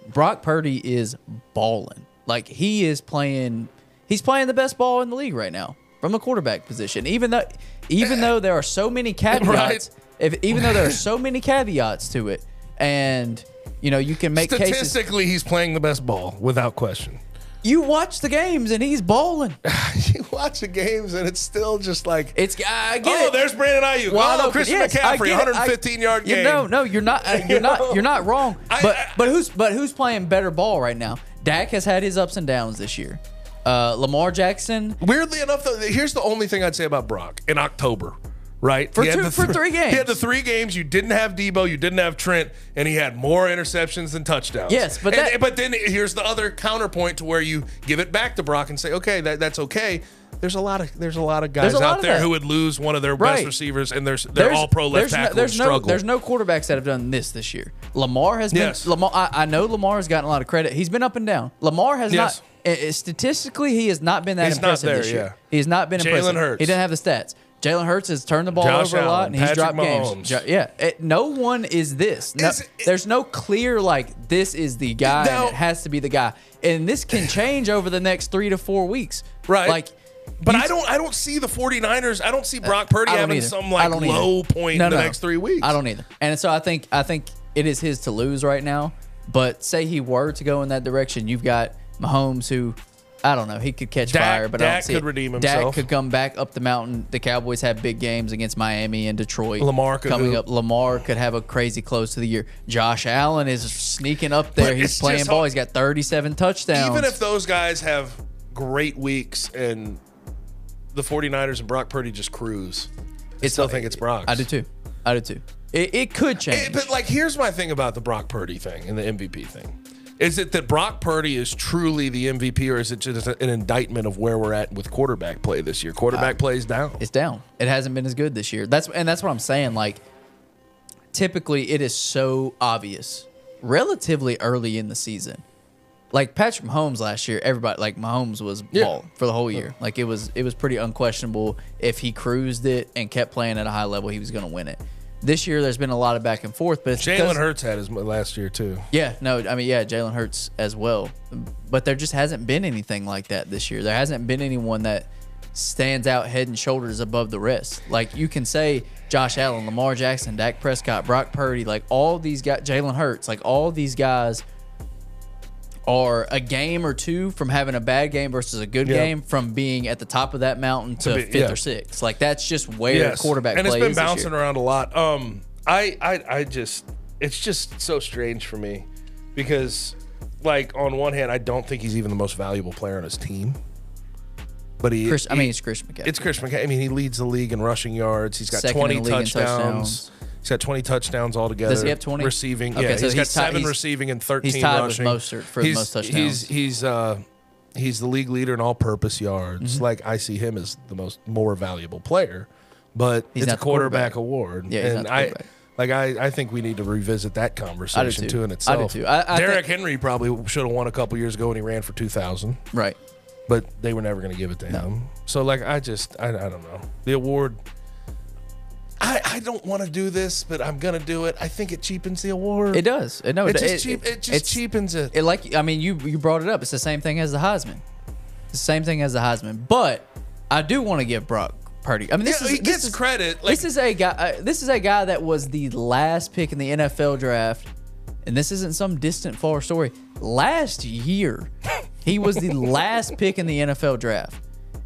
S2: Brock Purdy is balling. Like he is playing, he's playing the best ball in the league right now from the quarterback position. Even though, even though there are so many caveats,
S3: Right.
S2: if even though there are so many caveats to it, and you know you can make cases.
S3: Statistically, he's playing the best ball without question.
S2: You watch the games and he's bowling.
S3: you watch the games and it's still just like,
S2: It's I get
S3: oh,
S2: it.
S3: there's Brandon Ayuk.
S2: Wide
S3: oh,
S2: open.
S3: Christian
S2: Yes, I
S3: McCaffrey,
S2: get it. I-
S3: 115 yard
S2: you-
S3: game.
S2: No, no, you're not. uh, You're not. You're not wrong.
S3: I-
S2: But
S3: I-
S2: but who's but who's playing better ball right now? Dak has had his ups and downs this year. Uh, Lamar Jackson
S3: Weirdly enough, though, here's the only thing I'd say about Brock in October, right?
S2: For
S3: He had
S2: two-
S3: the
S2: for
S3: thr-
S2: three games.
S3: He had the three games. You didn't have Debo, you didn't have Trent, and he had more interceptions than touchdowns.
S2: Yes, but
S3: And-
S2: that-
S3: but then here's the other counterpoint to where you give it back to Brock and say, okay, that, that's okay. There's a lot of there's a lot of guys
S2: There's a lot
S3: out
S2: of
S3: there
S2: that.
S3: who would lose one of their
S2: Right.
S3: best receivers, and there's they're all pro left
S2: there's no-
S3: tackle and
S2: there's no,
S3: struggle.
S2: There's no quarterbacks that have done this this year. Lamar has been.
S3: Yes.
S2: Lamar, I, I know Lamar has gotten a lot of credit. He's been up and down. Lamar has
S3: Yes.
S2: not. eh, eh, Statistically, he has not been that
S3: He's not
S2: impressive
S3: there,
S2: this
S3: yeah.
S2: year. He has not been
S3: Jalen
S2: impressive.
S3: Hurts.
S2: He didn't have the stats. Jalen Hurts has turned the ball
S3: Josh
S2: over a lot,
S3: Allen,
S2: and he's
S3: Patrick
S2: dropped
S3: Mahomes.
S2: games. Jo- yeah, Eh, no one is this. No,
S3: Is it-
S2: there's no clear like this is the guy.
S3: Now-
S2: and it has to be the guy, and this can change over the next three to four weeks.
S3: Right.
S2: like.
S3: but
S2: you-
S3: I don't I don't see the 49ers. I don't see Brock Purdy
S2: Uh, I don't
S3: having
S2: either.
S3: some
S2: I
S3: like
S2: don't either.
S3: low point
S2: No,
S3: in the
S2: no.
S3: next three weeks.
S2: I don't either. And so I think I think it is his to lose right now. But say he were to go in that direction, you've got Mahomes who I don't know, he could catch
S3: Dak-
S2: fire, but I don't
S3: Dak
S2: see
S3: could
S2: it.
S3: redeem
S2: Dak
S3: himself.
S2: could come back up the mountain. The Cowboys have big games against Miami and Detroit.
S3: Lamar could
S2: coming
S3: hoop.
S2: up. Lamar could have a crazy close to the year. Josh Allen is sneaking up there.
S3: But
S2: He's
S3: it's
S2: playing
S3: just
S2: ball.
S3: how-
S2: He's got 37 touchdowns.
S3: Even if those guys have great weeks and the 49ers and Brock Purdy just cruise, I still think it's Brock.
S2: I do too. I do too. It, it could change.
S3: Eh, but like, here's my thing about the Brock Purdy thing and the MVP thing. Is it that Brock Purdy is truly the MVP, or is it just an indictment of where we're at with quarterback play this year? Quarterback plays down.
S2: it's down. It hasn't been as good this year. That's and that's what I'm saying. Like, typically it is so obvious relatively early in the season. Like Patrick Mahomes last year, everybody like Mahomes was
S3: Yeah.
S2: ball for the whole year. Like it was it was pretty unquestionable if he cruised it and kept playing at a high level, he was going to win it. This year, there's been a lot of back and forth, but it's
S3: Jalen
S2: because-
S3: Hurts had his last year too.
S2: yeah, no, I mean, yeah, Jalen Hurts as well. But there just hasn't been anything like that this year. There hasn't been anyone that stands out head and shoulders above the rest. Like you can say Josh Allen, Lamar Jackson, Dak Prescott, Brock Purdy, like all these guys, Jalen Hurts, like all these guys are a game or two from having a bad game versus a good game from being at the top of that mountain to,
S3: be-
S2: fifth
S3: yeah.
S2: or sixth. Like that's just where
S3: Yes.
S2: quarterback
S3: and
S2: play
S3: it's been
S2: is this
S3: bouncing
S2: year.
S3: around a lot. Um, I, I, I just, it's just so strange for me because, like, on one hand, I don't think he's even the most valuable player on his team, but he,
S2: Chris, I
S3: he-
S2: mean, it's Chris McCaffrey.
S3: it's Chris McCaffrey. I mean, he leads the league in rushing yards. He's got
S2: Second in
S3: twenty
S2: the league in
S3: touchdowns.
S2: touchdowns.
S3: He's got twenty touchdowns altogether.
S2: Does he have 20?
S3: receiving?
S2: Okay,
S3: yeah,
S2: so
S3: he's got
S2: he's tied-
S3: seven
S2: he's-
S3: receiving and thirteen
S2: he's tied with
S3: rushing.
S2: Mostert for the
S3: he's,
S2: most touchdowns.
S3: He's he's uh he's the league leader in all-purpose yards.
S2: Mm-hmm.
S3: Like I see him as the most more valuable player, but
S2: He's
S3: it's a
S2: not the quarterback.
S3: quarterback, award.
S2: Yeah, he's
S3: and
S2: not the
S3: I.
S2: quarterback.
S3: Like I, I think we need to revisit that conversation
S2: too.
S3: too in
S2: I do
S3: itself.
S2: too. I- I
S3: Derrick Henry probably should have won a couple years ago when he ran for two thousand
S2: right.
S3: but they were never going to give it to him. So like I just I, I don't know. The award I I don't want to do this, but I'm going to do it. I think it cheapens the award.
S2: It does. It, no,
S3: It
S2: it,
S3: just, cheap, it, just
S2: it's-
S3: cheapens it.
S2: it like I mean you you brought it up. It's the same thing as the Heisman. It's the same thing as the Heisman. But I do want to give Brock Purdy. I mean this
S3: Yeah,
S2: is
S3: he
S2: this
S3: gets
S2: is-
S3: credit, like-
S2: this is a guy. Uh, this is a guy that was the last pick in the NFL draft, and this isn't some distant far story. Last year, he was the last pick in the NFL draft,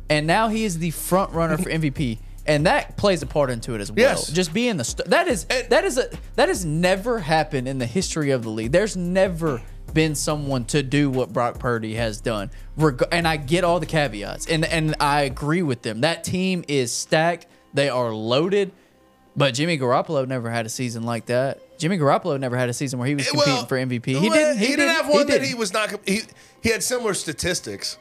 S2: and now he is the front runner for MVP. And that plays a part into it as well.
S3: Yes.
S2: Just being the st- that is that is a that has never happened in the history of the league. There's never been someone to do what Brock Purdy has done. Reg- and I get all the caveats, and and I agree with them. That team is stacked. They are loaded. But Jimmy Garoppolo never had a season like that. Jimmy Garoppolo never had a season where he was competing for MVP. He
S3: Eh, well,
S2: didn't.
S3: He, didn't have one that he
S2: didn't.
S3: was not he he had similar statistics.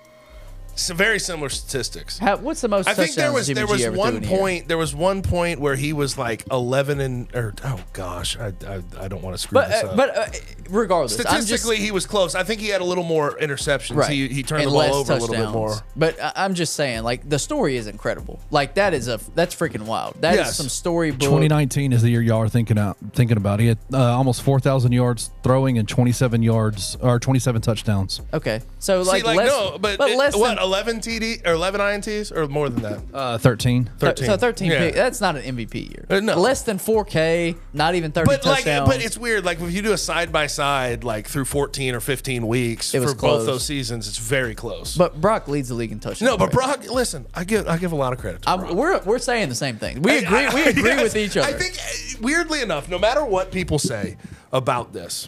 S3: Some very similar statistics.
S2: How, what's the most?
S3: I think there
S2: touchdowns
S3: was
S2: Jimmy
S3: there
S2: G
S3: was
S2: ever threw
S3: one
S2: in a year?
S3: point there was one point where he was like 11 and or oh gosh, I I, I don't want to screw
S2: But
S3: this
S2: uh,
S3: up.
S2: but uh, regardless, I'm just,
S3: Statistically, he was close. I think he had a little more interceptions. He, he turned
S2: And
S3: the ball
S2: less
S3: over a little bit
S2: touchdowns.
S3: more.
S2: But I- I'm just saying, like the story is incredible. Like that is a that's freaking wild. That is
S3: Yes.
S2: some storybook.
S4: 2019 is the year y'all are thinking out thinking about. He had uh, almost 4,000 yards throwing and 27 yards or 27 touchdowns.
S2: Okay, so like,
S3: See, like
S2: less,
S3: no, but, it-
S2: less
S3: what?
S2: than
S3: Eleven TD or eleven ints or more than that?
S4: Uh, 13.
S2: thir- so 13
S3: Yeah.
S2: pick, that's not an MVP year.
S3: Uh, no.
S2: Less than 4K, not even 30
S3: But like,
S2: touchdowns.
S3: but it's weird. Like if you do a side by side, like through fourteen or fifteen weeks
S2: It
S3: for
S2: was close.
S3: both those seasons, it's very close.
S2: But Brock leads the league in touchdowns.
S3: no, but
S2: right?
S3: Brock, listen, I give I give a lot of credit. To
S2: I'm-
S3: Brock.
S2: we're we're saying the same thing. We agree.
S3: I-
S2: we agree
S3: yes.
S2: with each other.
S3: I think, uh, weirdly enough, no matter what people say about this,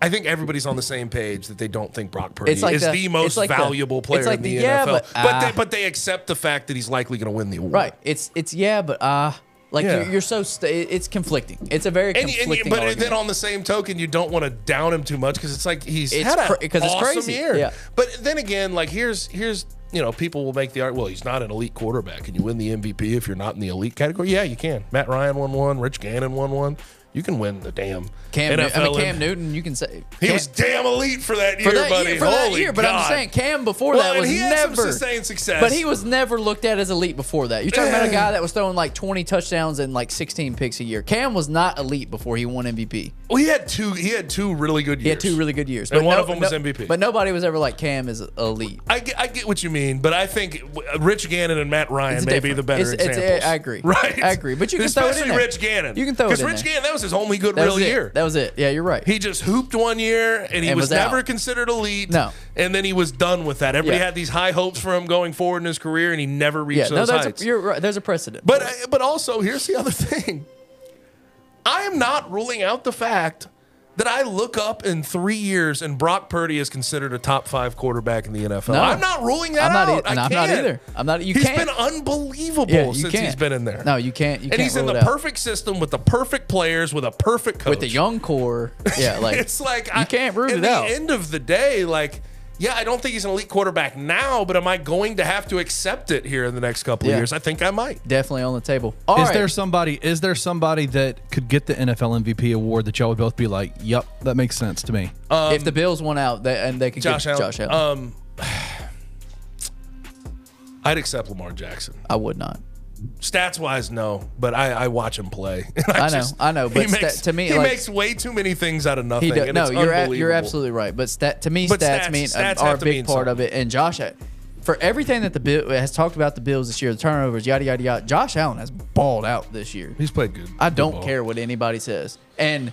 S3: I think everybody's on the same page that they don't think Brock Purdy
S2: It's like
S3: is
S2: the-
S3: the,
S2: it's
S3: most
S2: like the-
S3: valuable
S2: it's
S3: player
S2: like
S3: in
S2: the,
S3: the,
S2: yeah,
S3: NFL.
S2: but,
S3: But,
S2: uh,
S3: they, but they accept the fact that he's likely going to win the award.
S2: right. It's it's yeah, but uh like
S3: Yeah.
S2: you're, you're so st- it's conflicting. It's a very
S3: And,
S2: conflicting.
S3: and you, but then
S2: argument.
S3: on the same token, you don't want to down him too much because it's like he's
S2: It's
S3: had a
S2: cra- 'cause it's
S3: awesome
S2: crazy.
S3: year.
S2: Yeah.
S3: But then again, like here's here's you know people will make the art. Well, he's not an elite quarterback, and you win the MVP if you're not in the elite category. Yeah, you can. Matt Ryan won one. Rich Gannon won one. You can win the damn
S2: Cam, Newton- I mean,
S3: NFL.
S2: Cam Newton, you can say
S3: He
S2: Cam-
S3: was damn elite for that year,
S2: for that
S3: buddy.
S2: year, for
S3: Holy
S2: that year. But
S3: God.
S2: I'm saying Cam before
S3: Well,
S2: that
S3: and
S2: was
S3: he had some
S2: never
S3: sustained success.
S2: But he was never looked at as elite before that. You're talking about a guy that was throwing like 20 touchdowns and like 16 picks a year. Cam was not elite before he won MVP.
S3: well, he had two. He had two really good years.
S2: He had two really good years,
S3: And one of them was MVP.
S2: But nobody was ever like Cam is elite.
S3: I get, I get what you mean, but I think w- Rich Gannon and Matt Ryan
S2: It's
S3: may be
S2: different.
S3: the better
S2: It's- it's-
S3: examples.
S2: I agree.
S3: Right.
S2: I agree, but you can throw it in
S3: Especially
S2: there.
S3: Rich Gannon.
S2: You can throw it in
S3: Because Rich
S2: there.
S3: Gannon, that was his only good
S2: That
S3: real
S2: was it.
S3: year.
S2: That was it. Yeah, you're right.
S3: He just hooped one year and he
S2: And
S3: was,
S2: was
S3: never
S2: out.
S3: considered elite.
S2: No.
S3: And then he was done with that. Everybody
S2: Yeah.
S3: had these high hopes for him going forward in his career and he never reached
S2: yeah, no,
S3: those
S2: there's
S3: heights.
S2: a, you're right. There's a precedent.
S3: But I- but also here's the other thing. I am not ruling out the fact that I look up in three years and Brock Purdy is considered a top five quarterback in the NFL.
S2: No.
S3: I'm not ruling that
S2: I'm not e-
S3: out. I
S2: and I'm not
S3: can't.
S2: either. I'm not- you
S3: He's
S2: can't.
S3: been unbelievable
S2: yeah, you
S3: since
S2: can't.
S3: he's been in there.
S2: No, you can't. You
S3: and
S2: can't
S3: he's in
S2: rule
S3: the
S2: it out.
S3: perfect system with the perfect players with a perfect coach
S2: with the young core. Yeah, like
S3: it's like
S2: you can't root
S3: at
S2: it
S3: the
S2: out.
S3: end of the day, like, yeah, I don't think he's an elite quarterback now, but am I going to have to accept it here in the next couple
S2: Yeah.
S3: of years? I think I might.
S2: Definitely on the table. All
S4: is
S2: right.
S4: there somebody? Is there somebody that could get the NFL MVP award that y'all would both be like, "Yep, that makes sense to me."
S3: Oh,
S2: if the Bills won out, they, and they could
S3: Josh
S2: get
S3: Allen.
S2: Josh Allen,
S3: Um, I'd accept Lamar Jackson.
S2: I would not.
S3: Stats wise, no, but I, I watch him play. And
S2: I know, I know, but
S3: he makes,
S2: sta- to me,
S3: he
S2: like-
S3: makes way too many things out of nothing.
S2: He do,
S3: and
S2: no,
S3: it's
S2: you're a, you're
S3: unbelievable.
S2: absolutely right. But stat to me,
S3: But
S2: stats,
S3: stats-
S2: mean
S3: stats
S2: are a
S3: have to
S2: big
S3: mean
S2: part of it. And Josh, for everything that the Bill has talked about the Bills this year, the turnovers, yada yada yada. Josh Allen has balled out this year.
S3: He's played good.
S2: I don't
S3: football.
S2: care what anybody says. And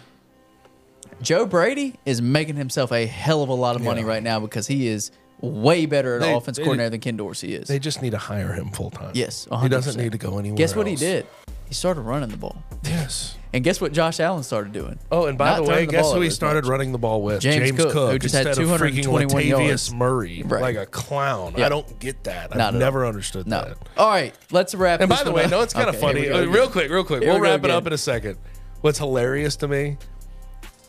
S2: Joe Brady is making himself a hell of a lot of money right now because he is way better at
S3: They-
S2: offense
S3: they-
S2: coordinator than Ken Dorsey is.
S3: They just need to hire him full time.
S2: Yes,
S3: he doesn't
S2: 100%.
S3: need to go anywhere.
S2: guess what he
S3: else.
S2: did? He started running the ball.
S3: Yes.
S2: And guess what Josh Allen started doing?
S3: Oh, and by
S2: Not
S3: the
S2: throwing
S3: way, guess
S2: ball
S3: who
S2: over
S3: he
S2: as
S3: started
S2: much.
S3: running the ball with?
S2: James Cook, who just had
S3: instead of freaking
S2: 221
S3: Latavius
S2: yards.
S3: Murray,
S2: Right.
S3: like a clown.
S2: Yeah.
S3: I don't get that. I've
S2: Not at all.
S3: never understood
S2: No.
S3: that.
S2: All right, let's wrap.
S3: And
S2: this
S3: by the
S2: one
S3: way,
S2: up.
S3: no, it's kind of
S2: Okay,
S3: funny.
S2: here we go
S3: Uh,
S2: again.
S3: real quick, real quick.
S2: Here we
S3: we'll
S2: go
S3: wrap it up
S2: again.
S3: in a second. What's hilarious to me?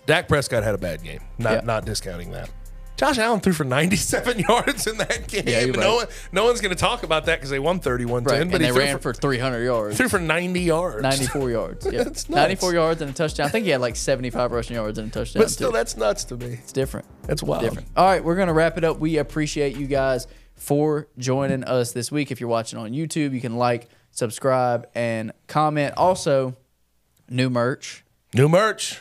S3: Dak Prescott had a bad game. Not
S2: Yeah.
S3: not discounting that. Josh Allen threw for 97 yards in that game.
S2: Yeah, you're
S3: no
S2: right.
S3: one, no one's going to talk about that because they won 31
S2: Right,
S3: 10,
S2: and
S3: but
S2: they
S3: he threw
S2: ran for 300 yards.
S3: threw for 90 yards.
S2: 94 yards. Yeah.
S3: That's nuts.
S2: 94 yards and a touchdown. I think he had like 75 rushing yards and a touchdown.
S3: But still,
S2: too.
S3: that's nuts to me.
S2: it's different.
S3: That's wild.
S2: Different. All right, we're gonna wrap it up. We appreciate you guys for joining us this week. If you're watching on YouTube, you can like, subscribe, and comment. Also, new merch.
S3: New merch.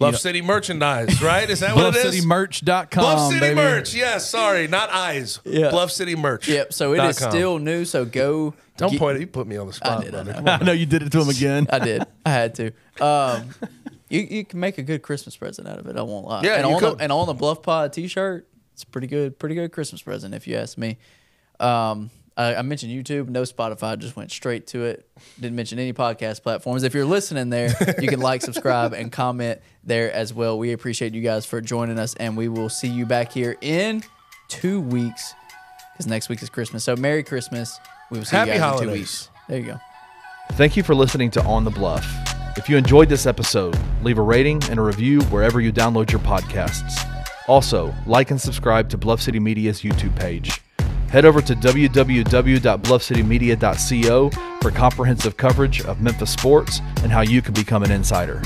S3: Love City merchandise, right? Is that what it is?
S4: BluffCityMerch.com.
S3: Bluff City
S4: baby.
S3: merch. Yes, sorry, not eyes. Bluff City merch.
S2: Yep. So it
S3: Dot
S2: is
S3: com.
S2: still new. So go.
S3: Don't
S2: get-
S3: point. You put
S2: Uh,
S3: me on the spot.
S2: did, I
S3: brother.
S2: know.
S3: Come on.
S4: I know you did it to him again.
S2: I did. I had to. Um, you you can make a good Christmas present out of it. I won't lie.
S3: Yeah,
S2: and
S3: you
S2: on
S3: could.
S2: The, and on the Bluff Pod T-shirt, it's pretty good. Pretty good Christmas present if you ask me. Um, I, I mentioned YouTube, no Spotify, just went straight to it. Didn't mention any podcast platforms. If you're listening there, you can like, subscribe, and comment there as well. We appreciate you guys for joining us, and we will see you back here in two weeks because next week is Christmas. So Merry Christmas. We will see
S3: Happy
S2: you guys in two
S3: holidays.
S2: weeks. There you go.
S4: Thank you for listening to On the Bluff. If you enjoyed this episode, leave a rating and a review wherever you download your podcasts. Also, like and subscribe to Bluff City Media's YouTube page. Head over to www.bluffcitymedia.co for comprehensive coverage of Memphis sports and how you can become an insider.